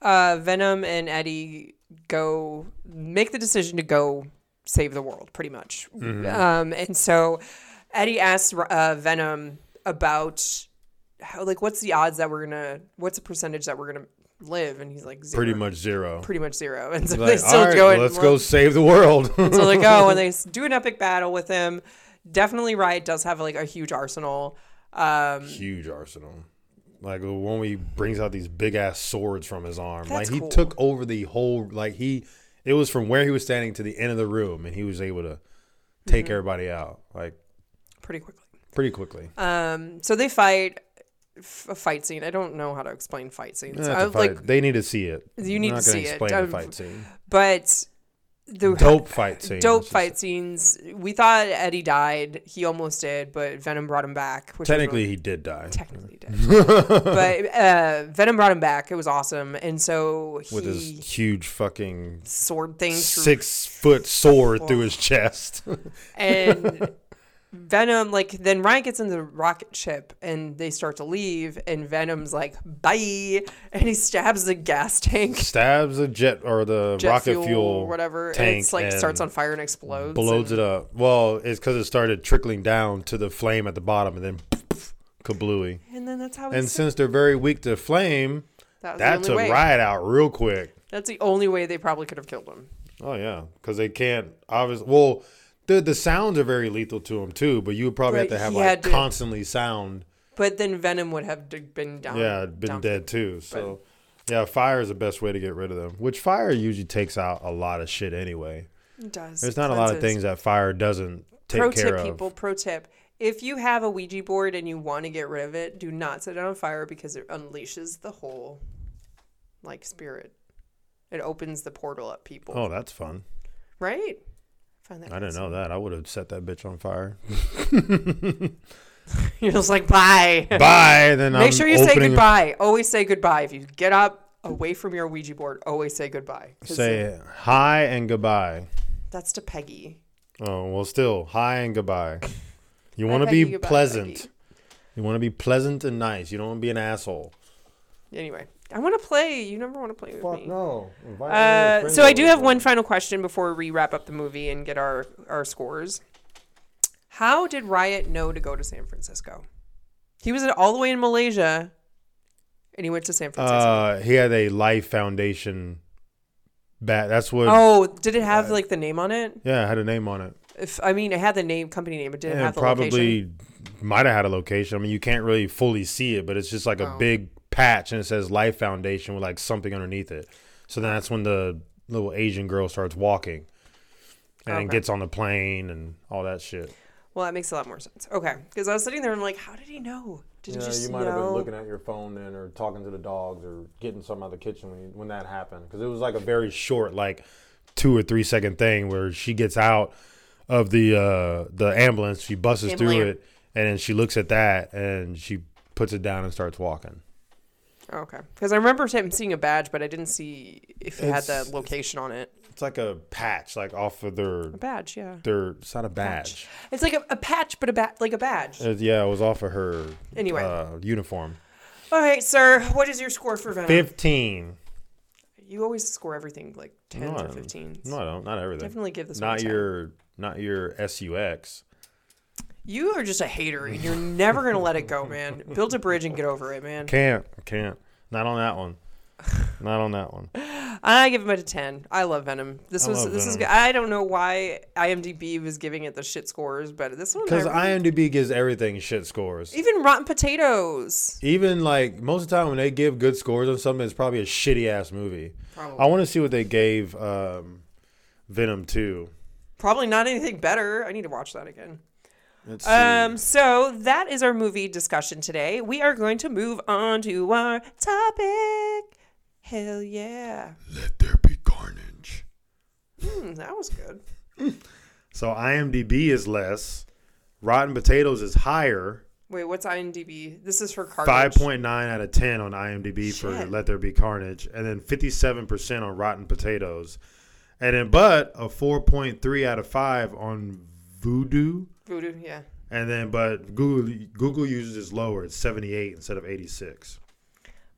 S1: uh, Venom and Eddie go make the decision to go save the world, pretty much.
S2: Mm-hmm.
S1: Um, and so Eddie asks uh, Venom about how, like, what's the odds that we're gonna, what's the percentage that we're gonna live? And he's like, zero,
S2: Pretty much zero.
S1: pretty much zero. [laughs] And so they
S2: Like,
S1: still
S2: all right,
S1: go.
S2: well,
S1: and
S2: let's
S1: we're-
S2: go save the world.
S1: [laughs]
S2: [laughs]
S1: so they go and they s- do an epic battle with him. Definitely, Riot does have like a huge arsenal. Um,
S2: Huge arsenal. Like the one where he brings out these big ass swords from his arm.
S1: That's
S2: like he
S1: cool.
S2: took over the whole. Like he, it was from where he was standing to the end of the room, and he was able to take
S1: Mm-hmm.
S2: everybody out like
S1: pretty quickly.
S2: pretty quickly.
S1: Um, so they fight f- a fight scene. I don't know how to explain fight scenes.
S2: Not
S1: I,
S2: the fight-
S1: like,
S2: they need to see it.
S1: You
S2: I'm
S1: need
S2: not
S1: to
S2: gonna
S1: see it.
S2: explain
S1: I've-
S2: the
S1: [laughs]
S2: fight scene.
S1: but the
S2: Dope fight scene.
S1: dope
S2: It's just-
S1: fight scenes. We thought Eddie died. He almost did, but Venom brought him back. Which was really-
S2: Technically, he did die [laughs]
S1: technically did. but uh, Venom brought him back. It was awesome. And so he
S2: with his huge fucking
S1: sword thing through
S2: six foot sword through his chest.
S1: [laughs]
S2: [laughs]
S1: and Venom like then Ryan gets in the rocket ship and they start to leave and Venom's like bye and he stabs the gas tank
S2: stabs the jet or the
S1: jet
S2: rocket
S1: fuel,
S2: fuel,
S1: whatever and
S2: tank
S1: it's like
S2: and
S1: starts on fire and explodes
S2: blows it up. Well, it's because it started trickling down to the flame at the bottom and then [laughs] kablooey.
S1: And then that's how he
S2: And
S1: said
S2: since they're very weak to flame,
S1: that was
S2: that's
S1: the
S2: a
S1: only way.
S2: riot out real quick.
S1: That's the only way they probably could have killed him.
S2: Oh yeah, because they can't obviously. Well, the the sounds are very lethal to them too. But you would probably
S1: Right,
S2: have to have
S1: he
S2: like
S1: had to-
S2: constantly sound.
S1: But then Venom would have d- been down.
S2: Yeah, been
S1: down-
S2: dead too. So yeah, fire is the best way to get rid of them. Which fire usually takes out a lot of shit anyway.
S1: It does.
S2: There's not a lot of
S1: Cleanses.
S2: things that fire doesn't take
S1: pro
S2: care
S1: tip,
S2: of.
S1: people. Pro tip: If you have a Ouija board and you want to get rid of it, do not set it on fire because it unleashes the whole, like spirit. It opens the portal up, people.
S2: Oh, that's fun.
S1: Right? I found [laughs] that.
S2: I didn't know that. I would have set that bitch on fire.
S1: You're just like bye. [laughs]
S2: Bye.
S1: [laughs]
S2: Then
S1: Make
S2: I'm
S1: sure you say
S2: opening-
S1: goodbye. Always say goodbye. If you get up away from your Ouija board, always say goodbye. 'Cause
S2: Say hi and goodbye.
S1: that's to Peggy.
S2: Oh well, still hi and goodbye. You want to
S1: Peggy,
S2: be
S1: goodbye,
S2: pleasant.
S1: Peggy.
S2: You want to be pleasant and nice. You don't want to be an asshole.
S1: Anyway, I want to play. You never want to play with me.
S2: no.
S1: Uh, so I do have one final question before we wrap up the movie and get our our scores. How did Riot know to go to San Francisco? He was all the way in Malaysia, and he went to San Francisco.
S2: Uh, he had a life foundation. Bat. That's what.
S1: oh, did it
S2: uh,
S1: have like the name on it?
S2: Yeah, it had a name on it.
S1: If I mean, it had the name, company name, but didn't
S2: Yeah,
S1: have the
S2: probably
S1: location.
S2: might have had a location. I mean, you can't really fully see it, but it's just like a
S1: Oh.
S2: big patch and it says Life Foundation with like something underneath it. So then that's when the little Asian girl starts walking and
S1: Okay.
S2: gets on the plane and all that shit.
S1: Well, that makes a lot more sense. Okay, because I was sitting there and I'm like, how did he know? Did he just know?
S2: at your phone then or talking to the dogs or getting something out of the kitchen when, when that happened. Because it was like a very short, like two or three second thing where she gets out of the uh, the ambulance, she busses through
S1: Ambulance.
S2: it, and then she looks at that and she puts it down and starts walking.
S1: okay, because I remember him seeing a badge, but I didn't see if it had
S2: It's-
S1: the location on it.
S2: It's like a patch, like off of their
S1: A badge, yeah.
S2: their. It's not a badge.
S1: It's like a, a patch, but a ba- like a badge.
S2: Uh, yeah, it was off of her
S1: Anyway.
S2: uh, uniform.
S1: All right, sir. What is your score for Venom?
S2: Fifteen.
S1: You always score everything like tens
S2: No, I
S1: or
S2: don't.
S1: fifteens.
S2: No, I don't. Not everything.
S1: Definitely give this one a
S2: Not
S1: 10.
S2: your not your sux.
S1: You are just a hater, and you're never gonna let it go,
S2: [laughs]
S1: man. Build a bridge and get over it, man.
S2: Can't can't. Not on that one. Not on that one.
S1: I give him a ten. I love Venom. This
S2: I
S1: was
S2: love
S1: this is.
S2: Venom.
S1: I don't know why IMDb was giving it the shit scores, but this one,
S2: Because
S1: I-
S2: IMDb gives everything shit scores.
S1: even Rotten Potatoes.
S2: Even like most of the time when they give good scores on something, it's probably a shitty ass movie.
S1: Probably.
S2: I want to see what they gave um, Venom two.
S1: Probably not anything better. I need to watch that again.
S2: Let's
S1: Um, so that is our movie discussion today. We are going to move on to our topic. Hell yeah.
S2: Let there be carnage.
S1: Hmm, that was good.
S2: So IMDb is less. Rotten Potatoes is higher.
S1: Wait, what's IMDb? This is for
S2: Five
S1: carnage.
S2: point nine out of ten on IMDb for
S1: Shit.
S2: Let There Be Carnage, and then fifty seven percent on Rotten Potatoes, and then but a four point three out of five on Voodoo,
S1: Voodoo, yeah.
S2: and then but Google Google uses is lower. It's seventy eight instead of eighty six.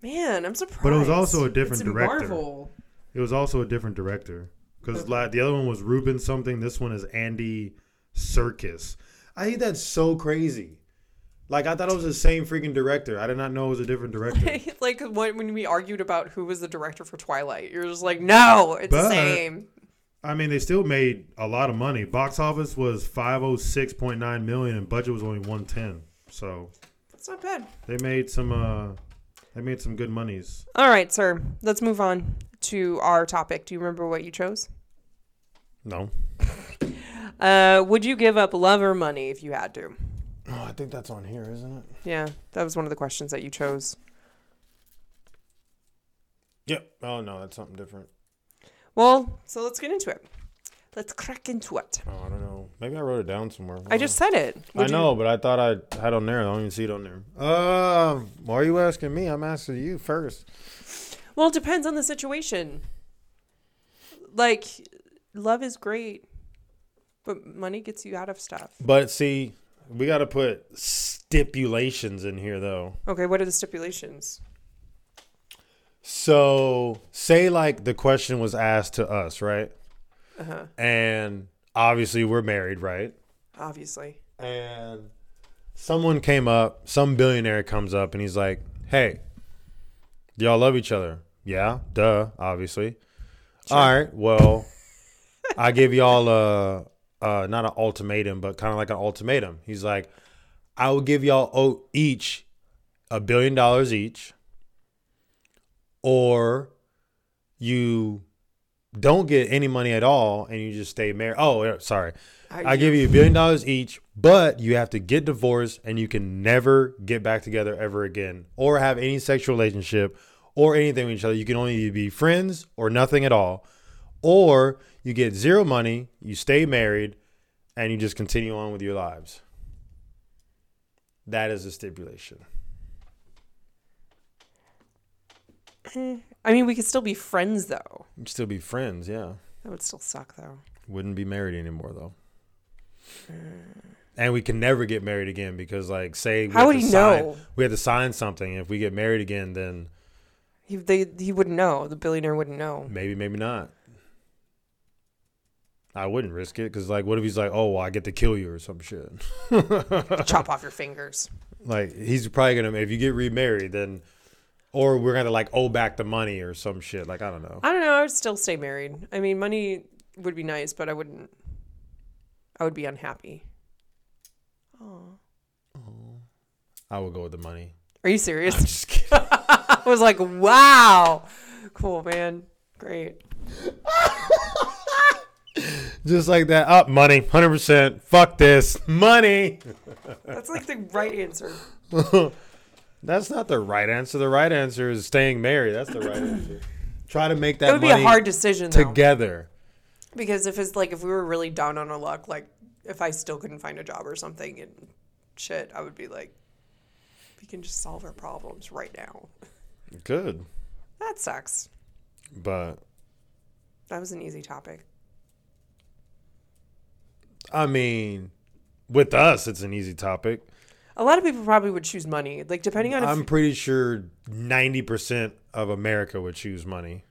S1: Man, I'm surprised.
S2: also a different director.
S1: Marvel. [laughs]
S2: It was also a different director because like, the other one was Ruben something. This one is Andy Circus. I think that's so crazy. Like I thought it was the same freaking director. I did not know it was a
S1: [laughs]
S2: different director.
S1: like when, when we argued about who was the director for Twilight, you're just like, no, it's the
S2: But-
S1: same.
S2: I mean, they still made a lot of money. Box office was five hundred six point nine million, and budget was only one ten. So
S1: That's not bad.
S2: they made some. uh They made some good monies.
S1: All right, sir. Let's move on to our topic. Do you remember what you chose?
S2: No,
S1: Uh, would you give up love or money if you had to?
S2: oh, I think that's on here, isn't it?
S1: Yeah, that was one of the questions that you chose.
S2: Yep. Oh no, that's something different.
S1: Well, so let's get into it. Let's crack into it.
S2: Oh, I don't know. Maybe I wrote it down somewhere.
S1: I just said it.
S2: I know, but I thought I had on there. I don't even see it on there. Uh, why are you asking me? I'm asking you first.
S1: Well, it depends on the situation. Like, love is great, but money gets you out of stuff.
S2: But see, we got to put stipulations in here, though.
S1: Okay, what are the stipulations?
S2: So, say like the question was asked to us, right?
S1: Uh-huh.
S2: And obviously, we're married, right?
S1: Obviously.
S2: And someone came up, some billionaire comes up and he's like, "Hey, do y'all love each other?" Yeah, duh, obviously. All right, well, I give y'all a, a not an ultimatum, but kind of like an ultimatum. He's like, "I will give y'all o- each a billion dollars each, or you." Don't get any money at all, and you just stay married. Oh, yeah, sorry.
S1: Are
S2: I
S1: you-
S2: give you a billion dollars each, but you have to get divorced and you can never get back together ever again or have any sexual relationship or anything with each other. You can only be friends or nothing at all. Or you get zero money, you stay married, and you just continue on with your lives. That is the stipulation.
S1: I mean, we could still be friends though.
S2: You'd still be friends, yeah.
S1: That would still suck though.
S2: Wouldn't be married anymore though. And we can never get married again because, like, say we
S1: Mm. How
S2: have
S1: would
S2: to
S1: he
S2: sign-
S1: know?
S2: We had to sign something. If we get married again, then
S1: He they he wouldn't know. The billionaire wouldn't
S2: [laughs]
S1: know.
S2: maybe, maybe not. I wouldn't risk it because, like, what if he's like, "Oh, well, I get to kill you" or some shit? [laughs]
S1: Chop off your fingers.
S2: Like, he's probably gonna. If you get remarried, then, or we're gonna like owe back the money or some shit. Like, I don't know.
S1: I don't know. I would still stay married. I mean, money would be nice, but I wouldn't. I would be unhappy.
S2: I would go with the money. [laughs]
S1: Are you serious? [laughs]
S2: Just kidding.
S1: I was like, wow, cool man, great.
S2: Just like that. Up money, hundred percent. Fuck this money.
S1: That's like the right answer.
S2: That's not the right answer. The right answer is staying married. That's the right answer. [coughs] Try to make that,
S1: That would be a
S2: money
S1: hard decision though,
S2: together.
S1: because if it's like if we were really down on our luck, like if I still couldn't find a job or something and shit, I would be like, we can just solve our problems right now.
S2: Good,
S1: That sucks.
S2: but
S1: That was an easy topic.
S2: I mean, with us, it's an easy topic.
S1: A lot of people probably would choose money, like depending on if
S2: I'm pretty sure ninety percent of America would choose money.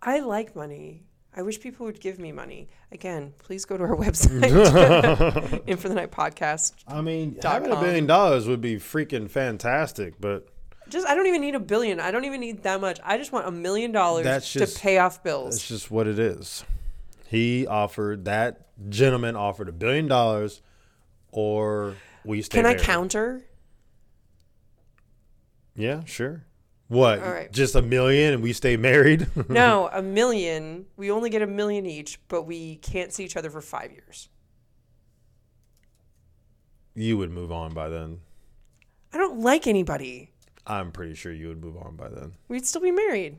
S1: I like money. I wish people would give me money. Again, please go to our [laughs]
S2: [laughs]
S1: website, In for the Night Podcast.
S2: I mean,
S1: Dot
S2: having a
S1: com.
S2: billion dollars would be freaking fantastic, but
S1: Just, I don't even need a billion. I don't even need that much. I just want a million
S2: That's
S1: dollars to
S2: just-
S1: pay off
S2: that's
S1: bills.
S2: just what it is. He offered that gentleman offered a billion dollars, or we stay.
S1: Can I
S2: married. [laughs]
S1: counter?
S2: Yeah, sure. What?
S1: All right.
S2: Just a million and we stay married? [laughs]
S1: No, a million. We only get a million each, but we can't see each other for five years.
S2: you would move on by then.
S1: I don't like anybody.
S2: I'm pretty sure you would move on by then.
S1: We'd still be married.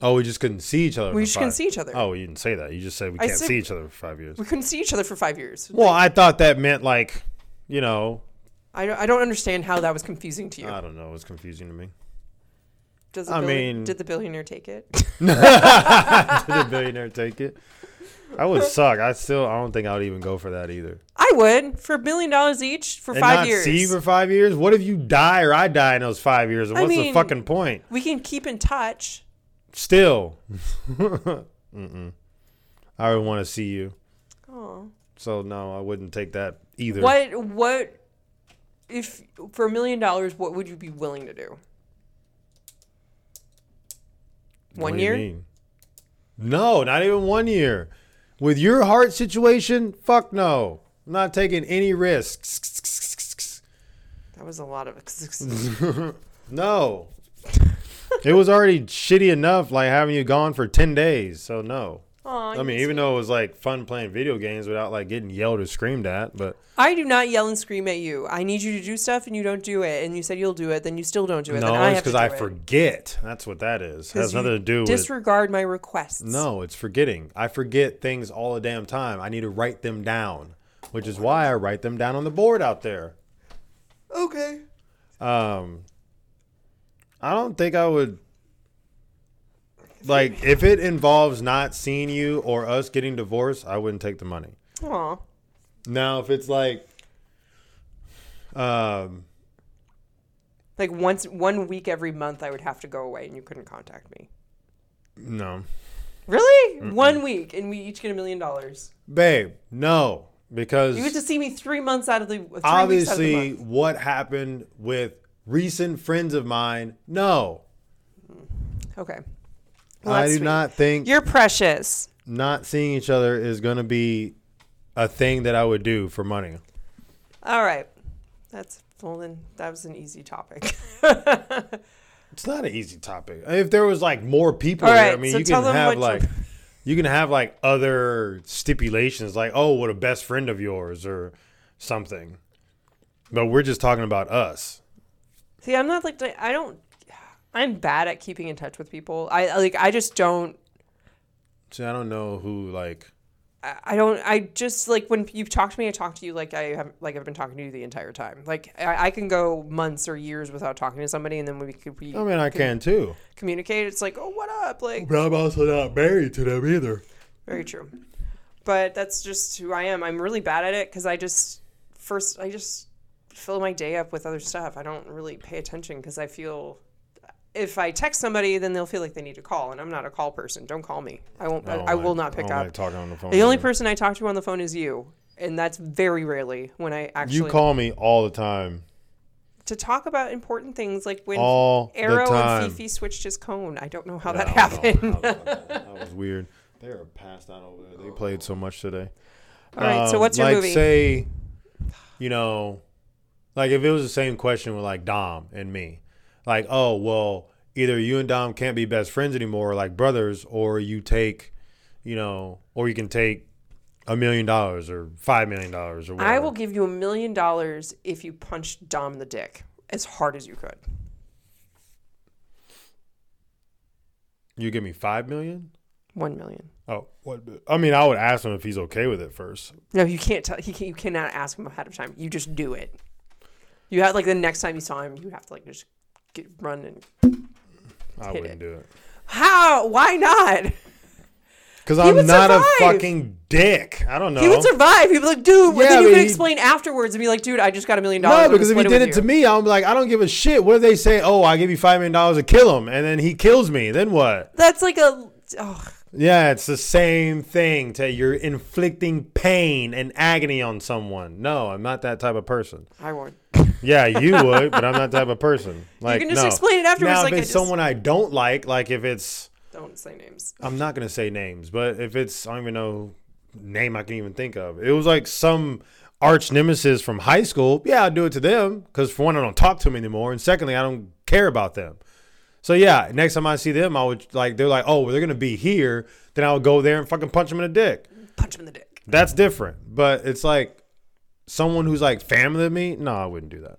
S2: Oh, we just couldn't see each other.
S1: We
S2: for
S1: just couldn't
S2: five-
S1: see each other.
S2: Oh, you didn't say that. You just said we
S1: I
S2: can't
S1: said-
S2: see each other for five years.
S1: We couldn't see each other for five years.
S2: Well, I thought that meant like, you know,
S1: I don't, I don't understand how that was confusing to you.
S2: I don't know. It's confusing to me. [laughs]
S1: Does the
S2: Uh, I
S1: billi-
S2: mean-
S1: did the billionaire take it? [laughs]
S2: Did a billionaire take it? That
S1: [laughs]
S2: would suck. I still, I don't think I would even go for that either.
S1: I would for a billion dollars each for
S2: And
S1: five
S2: not
S1: years.
S2: see for five years. What if you die or I die in those five years? And
S1: I
S2: what's the
S1: mean-
S2: fucking point?
S1: we can keep in touch.
S2: Still, [laughs] Mm-mm. I would want to see you.
S1: Oh,
S2: So no, I wouldn't take that either.
S1: what what if for a million dollars? What would you be willing to do?
S2: What
S1: One
S2: do you
S1: year?
S2: mean? No, not even one year. With your heart situation, fuck no. I'm not taking any risks.
S1: That was a lot of.
S2: [laughs] No. it was already shitty enough, like having you gone for ten days. So no.
S1: Aw,
S2: I mean, even though it was like fun playing video games without like getting yelled or screamed at, but
S1: I do not yell and scream at you. I need you to do stuff, and you don't do it. And you said you'll do it, then you still don't do it. then
S2: no,
S1: I
S2: it's
S1: have to
S2: because
S1: do
S2: I
S1: it.
S2: forget. That's what that is. Has
S1: 'Cause you
S2: nothing to do with
S1: disregard my requests.
S2: No, it's forgetting. I forget things all the damn time. I need to write them down, which is why I write them down on the board out there.
S1: Okay.
S2: Um, I don't think I would. Like, if it involves not seeing you or us getting divorced, I wouldn't take the money.
S1: Aw.
S2: Now, if it's like, um,
S1: Like once one week every month, I would have to go away, and you couldn't contact me.
S2: no,
S1: Really? One week, and we each get a million dollars.
S2: babe, no, because
S1: You get to see me three months out of the three weeks out of the
S2: obviously
S1: month.
S2: what happened with recent friends of mine. No,
S1: Okay.
S2: I
S1: that's
S2: do
S1: sweet.
S2: not think
S1: You're precious.
S2: not seeing each other is going to be a thing that I would do for money.
S1: All right. That's well then that was an easy topic. [laughs]
S2: It's not an easy topic. If there was like more people,
S1: All
S2: there, I
S1: right,
S2: mean,
S1: so
S2: you
S1: tell
S2: can
S1: them what
S2: have
S1: your-
S2: like, you can have like other stipulations, like oh, what a best friend of yours or something. But we're just talking about us.
S1: See, I'm not like I don't. I'm bad at keeping in touch with people. I I, like I just don't.
S2: See, I don't know who like.
S1: I I don't. I just like when you talk to me, I talk to you like I have, like I've been talking to you the entire time. Like I, I can go months or years without talking to somebody, and then when we could we
S2: I mean, I can too.
S1: communicate, it's like, oh, what up? Like
S2: But I'm also not married to them either.
S1: very true. But that's just who I am. I'm really bad at it because I just first I just fill my day up with other stuff. I don't really pay attention because I feel if I text somebody, then they'll feel like they need to call, and I'm not a call person. Don't call me. I won't. I, I will not pick
S2: Oh, I don't
S1: up.
S2: like talking on the phone.
S1: The only
S2: either.
S1: person I talk to on the phone is you, and that's very rarely when I actually
S2: you call me all the time,
S1: to talk about important things like when
S2: all
S1: Arrow
S2: the time.
S1: and Fifi switched his cone. I don't know how
S2: I
S1: that
S2: don't know
S1: happened. [laughs]
S2: how That that was weird. They are passed out over there. They played so much today.
S1: All
S2: Um,
S1: right, so what's your
S2: like,
S1: movie?
S2: Say, you know, like if it was the same question with like Dom and me, like, oh well, either you and Dom can't be best friends anymore, like brothers, or you take, you know, or you can take a million dollars or five million dollars or whatever.
S1: I will give you a million dollars if you punch Dom in the dick as hard as you could.
S2: You give me five million?
S1: One million.
S2: Oh, what? I mean, I would ask him if he's okay with it first.
S1: No, you can't tell. He can, you cannot ask him ahead of time. You just do it. You have like the next time you saw him, you have to like just get run and
S2: I
S1: Hit
S2: wouldn't do it
S1: how? Why not?
S2: because
S1: He
S2: I'm
S1: would
S2: not a
S1: survive.
S2: fucking dick. I don't know.
S1: He would survive. He'd be like, dude.
S2: Uh-huh. Yeah,
S1: and then you
S2: but
S1: could
S2: he-
S1: explain afterwards and be like, dude, I just got a million dollars.
S2: No,
S1: I'm
S2: because if
S1: gonna
S2: he
S1: split
S2: did it to
S1: with
S2: me, I'm like, I don't give a shit. What if they say, "Oh, I give you five million dollars to kill him," and then he kills me? Then what?
S1: you." that's like a. Oh,
S2: Yeah, it's the same thing. To you're inflicting pain and agony on someone. No, I'm not that type of person.
S1: I won't.
S2: Yeah, you would, but I'm not that type of person. Like,
S1: can just
S2: no.
S1: explain it afterwards,
S2: Now,
S1: like,
S2: if
S1: I just-
S2: it's someone I don't like, like if it's,
S1: Don't say names.
S2: I'm not gonna say names, but if it's, I don't even know name I can even think of. It was like some arch nemesis from high school. Yeah, I'll do it to them because for one, I don't talk to them anymore, and secondly, I don't care about them. So yeah, next time I see them, I would like they're like, oh, well, they're gonna be here. Then I would go there and fucking punch them in the dick.
S1: Punch him in the dick.
S2: That's different. But it's like someone who's like family to me. No, I wouldn't do that.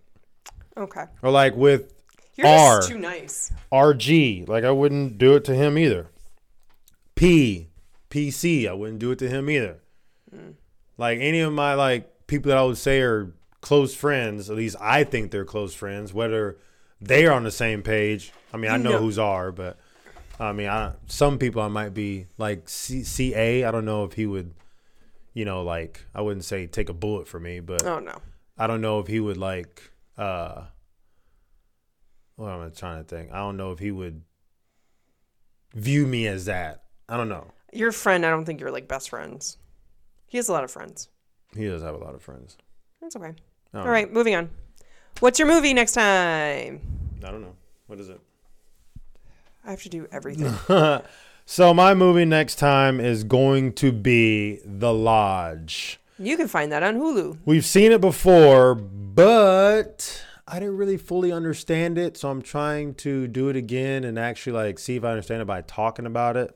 S1: Okay.
S2: Or like with
S1: You're
S2: R.
S1: just too nice.
S2: RG. Like I wouldn't do it to him either. P, PC. I wouldn't do it to him either. Like any of my like people that I would say are close friends. At least I think they're close friends. Whether they are on the same page. I mean, I know
S1: know-
S2: who's are, but I mean, I some people I might be like C, CA. I don't know if he would. You know, like I wouldn't say take a bullet for me, but
S1: Oh no.
S2: I don't know if he would like uh what am I trying to think? I don't know if he would view me as that. I don't know.
S1: Your friend, I don't think you're like best friends. He has a lot of friends.
S2: He does have a lot of friends.
S1: That's okay.
S2: I don't
S1: All right, moving on. What's your movie next time?
S2: know. I don't know. What is
S1: I have to do everything.
S2: it? so my movie next time is going to be The Lodge.
S1: you can find that on Hulu.
S2: We've seen it before, but I didn't really fully understand it, so I'm trying to do it again and actually like see if I understand it by talking about it.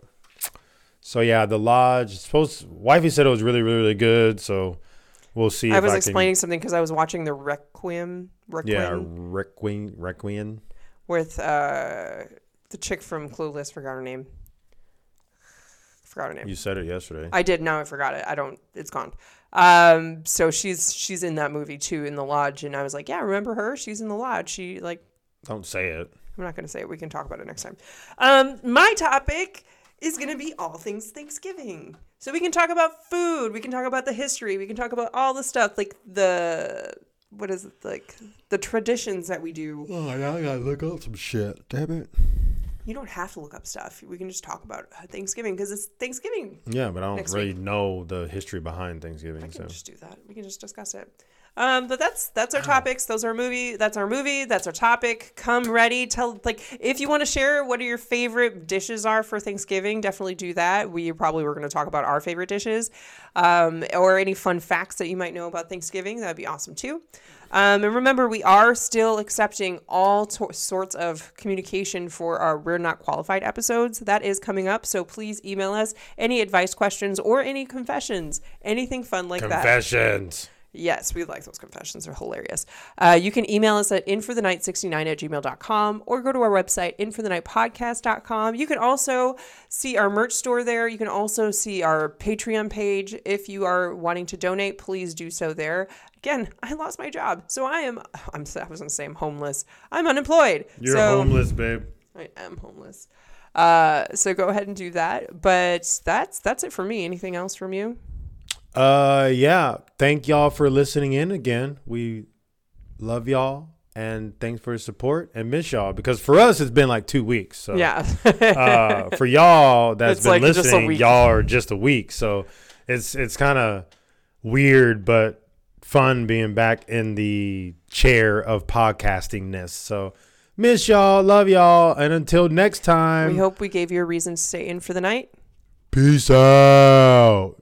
S2: So yeah, the lodge. it's Supposed wifey said it was really really really good, so we'll see.
S1: I
S2: if
S1: was
S2: I
S1: explaining something because I was watching the Requiem,
S2: Can, yeah,
S1: Requiem
S2: Requiem. Requiem.
S1: with uh, the chick from Clueless. Forgot her name. Forgot her name.
S2: You said it yesterday.
S1: I did. Now I forgot it. I don't. It's gone. Um. So she's she's in that movie too, in the lodge. And I was like, yeah, remember her? She's in the lodge. She like
S2: Don't say it.
S1: I'm not going to say it. We can talk about it next time. Um, my topic is going to be all things Thanksgiving. So we can talk about food. We can talk about the history. We can talk about all the stuff, like the what is it like the traditions that we do.
S2: Oh, I gotta look up some shit. Damn it.
S1: You don't have to look up stuff. We can just talk about Thanksgiving because it's Thanksgiving.
S2: Yeah, but I don't
S1: Next
S2: really know the history behind Thanksgiving.
S1: We can
S2: So
S1: just do that. We can just discuss it. Um, but that's that's our topics. Those are movie. That's our movie. That's our topic. Come ready. Tell like if you want to share what are your favorite dishes are for Thanksgiving. Definitely do that. We probably were going to talk about our favorite dishes, um, or any fun facts that you might know about Thanksgiving. That'd be awesome too. Um, and remember, we are still accepting all to- sorts of communication for our We're Not Qualified episodes. That is coming up. So please email us any advice questions or any confessions, anything fun like that.
S2: confessions.
S1: Yes, we like those confessions. They're hilarious. Uh, you can email us at infotthenight69 at gmail.com or go to our website, infothenightpodcast.com. You can also see our merch store there. You can also see our Patreon page. If you are wanting to donate, please do so there. Again, I lost my job, so I am, [sighs] I'm, I was going to say I'm homeless. I'm unemployed.
S2: You're
S1: so
S2: homeless, babe.
S1: I am homeless. Uh, so go ahead and do that. But that's that's it for me. Anything else from you?
S2: Uh, yeah. Thank y'all for listening in again. We love y'all and thanks for your support and miss y'all because for us it's been like two weeks. So
S1: Yeah. [laughs]
S2: uh, for y'all that's
S1: It's
S2: been
S1: like just a
S2: listening,
S1: week.
S2: y'all are just a week. So it's it's kind of weird but fun being back in the chair of podcastingness. So miss y'all, love y'all, and until next
S1: We
S2: time,
S1: hope we gave you a reason to stay in for the night.
S2: peace out.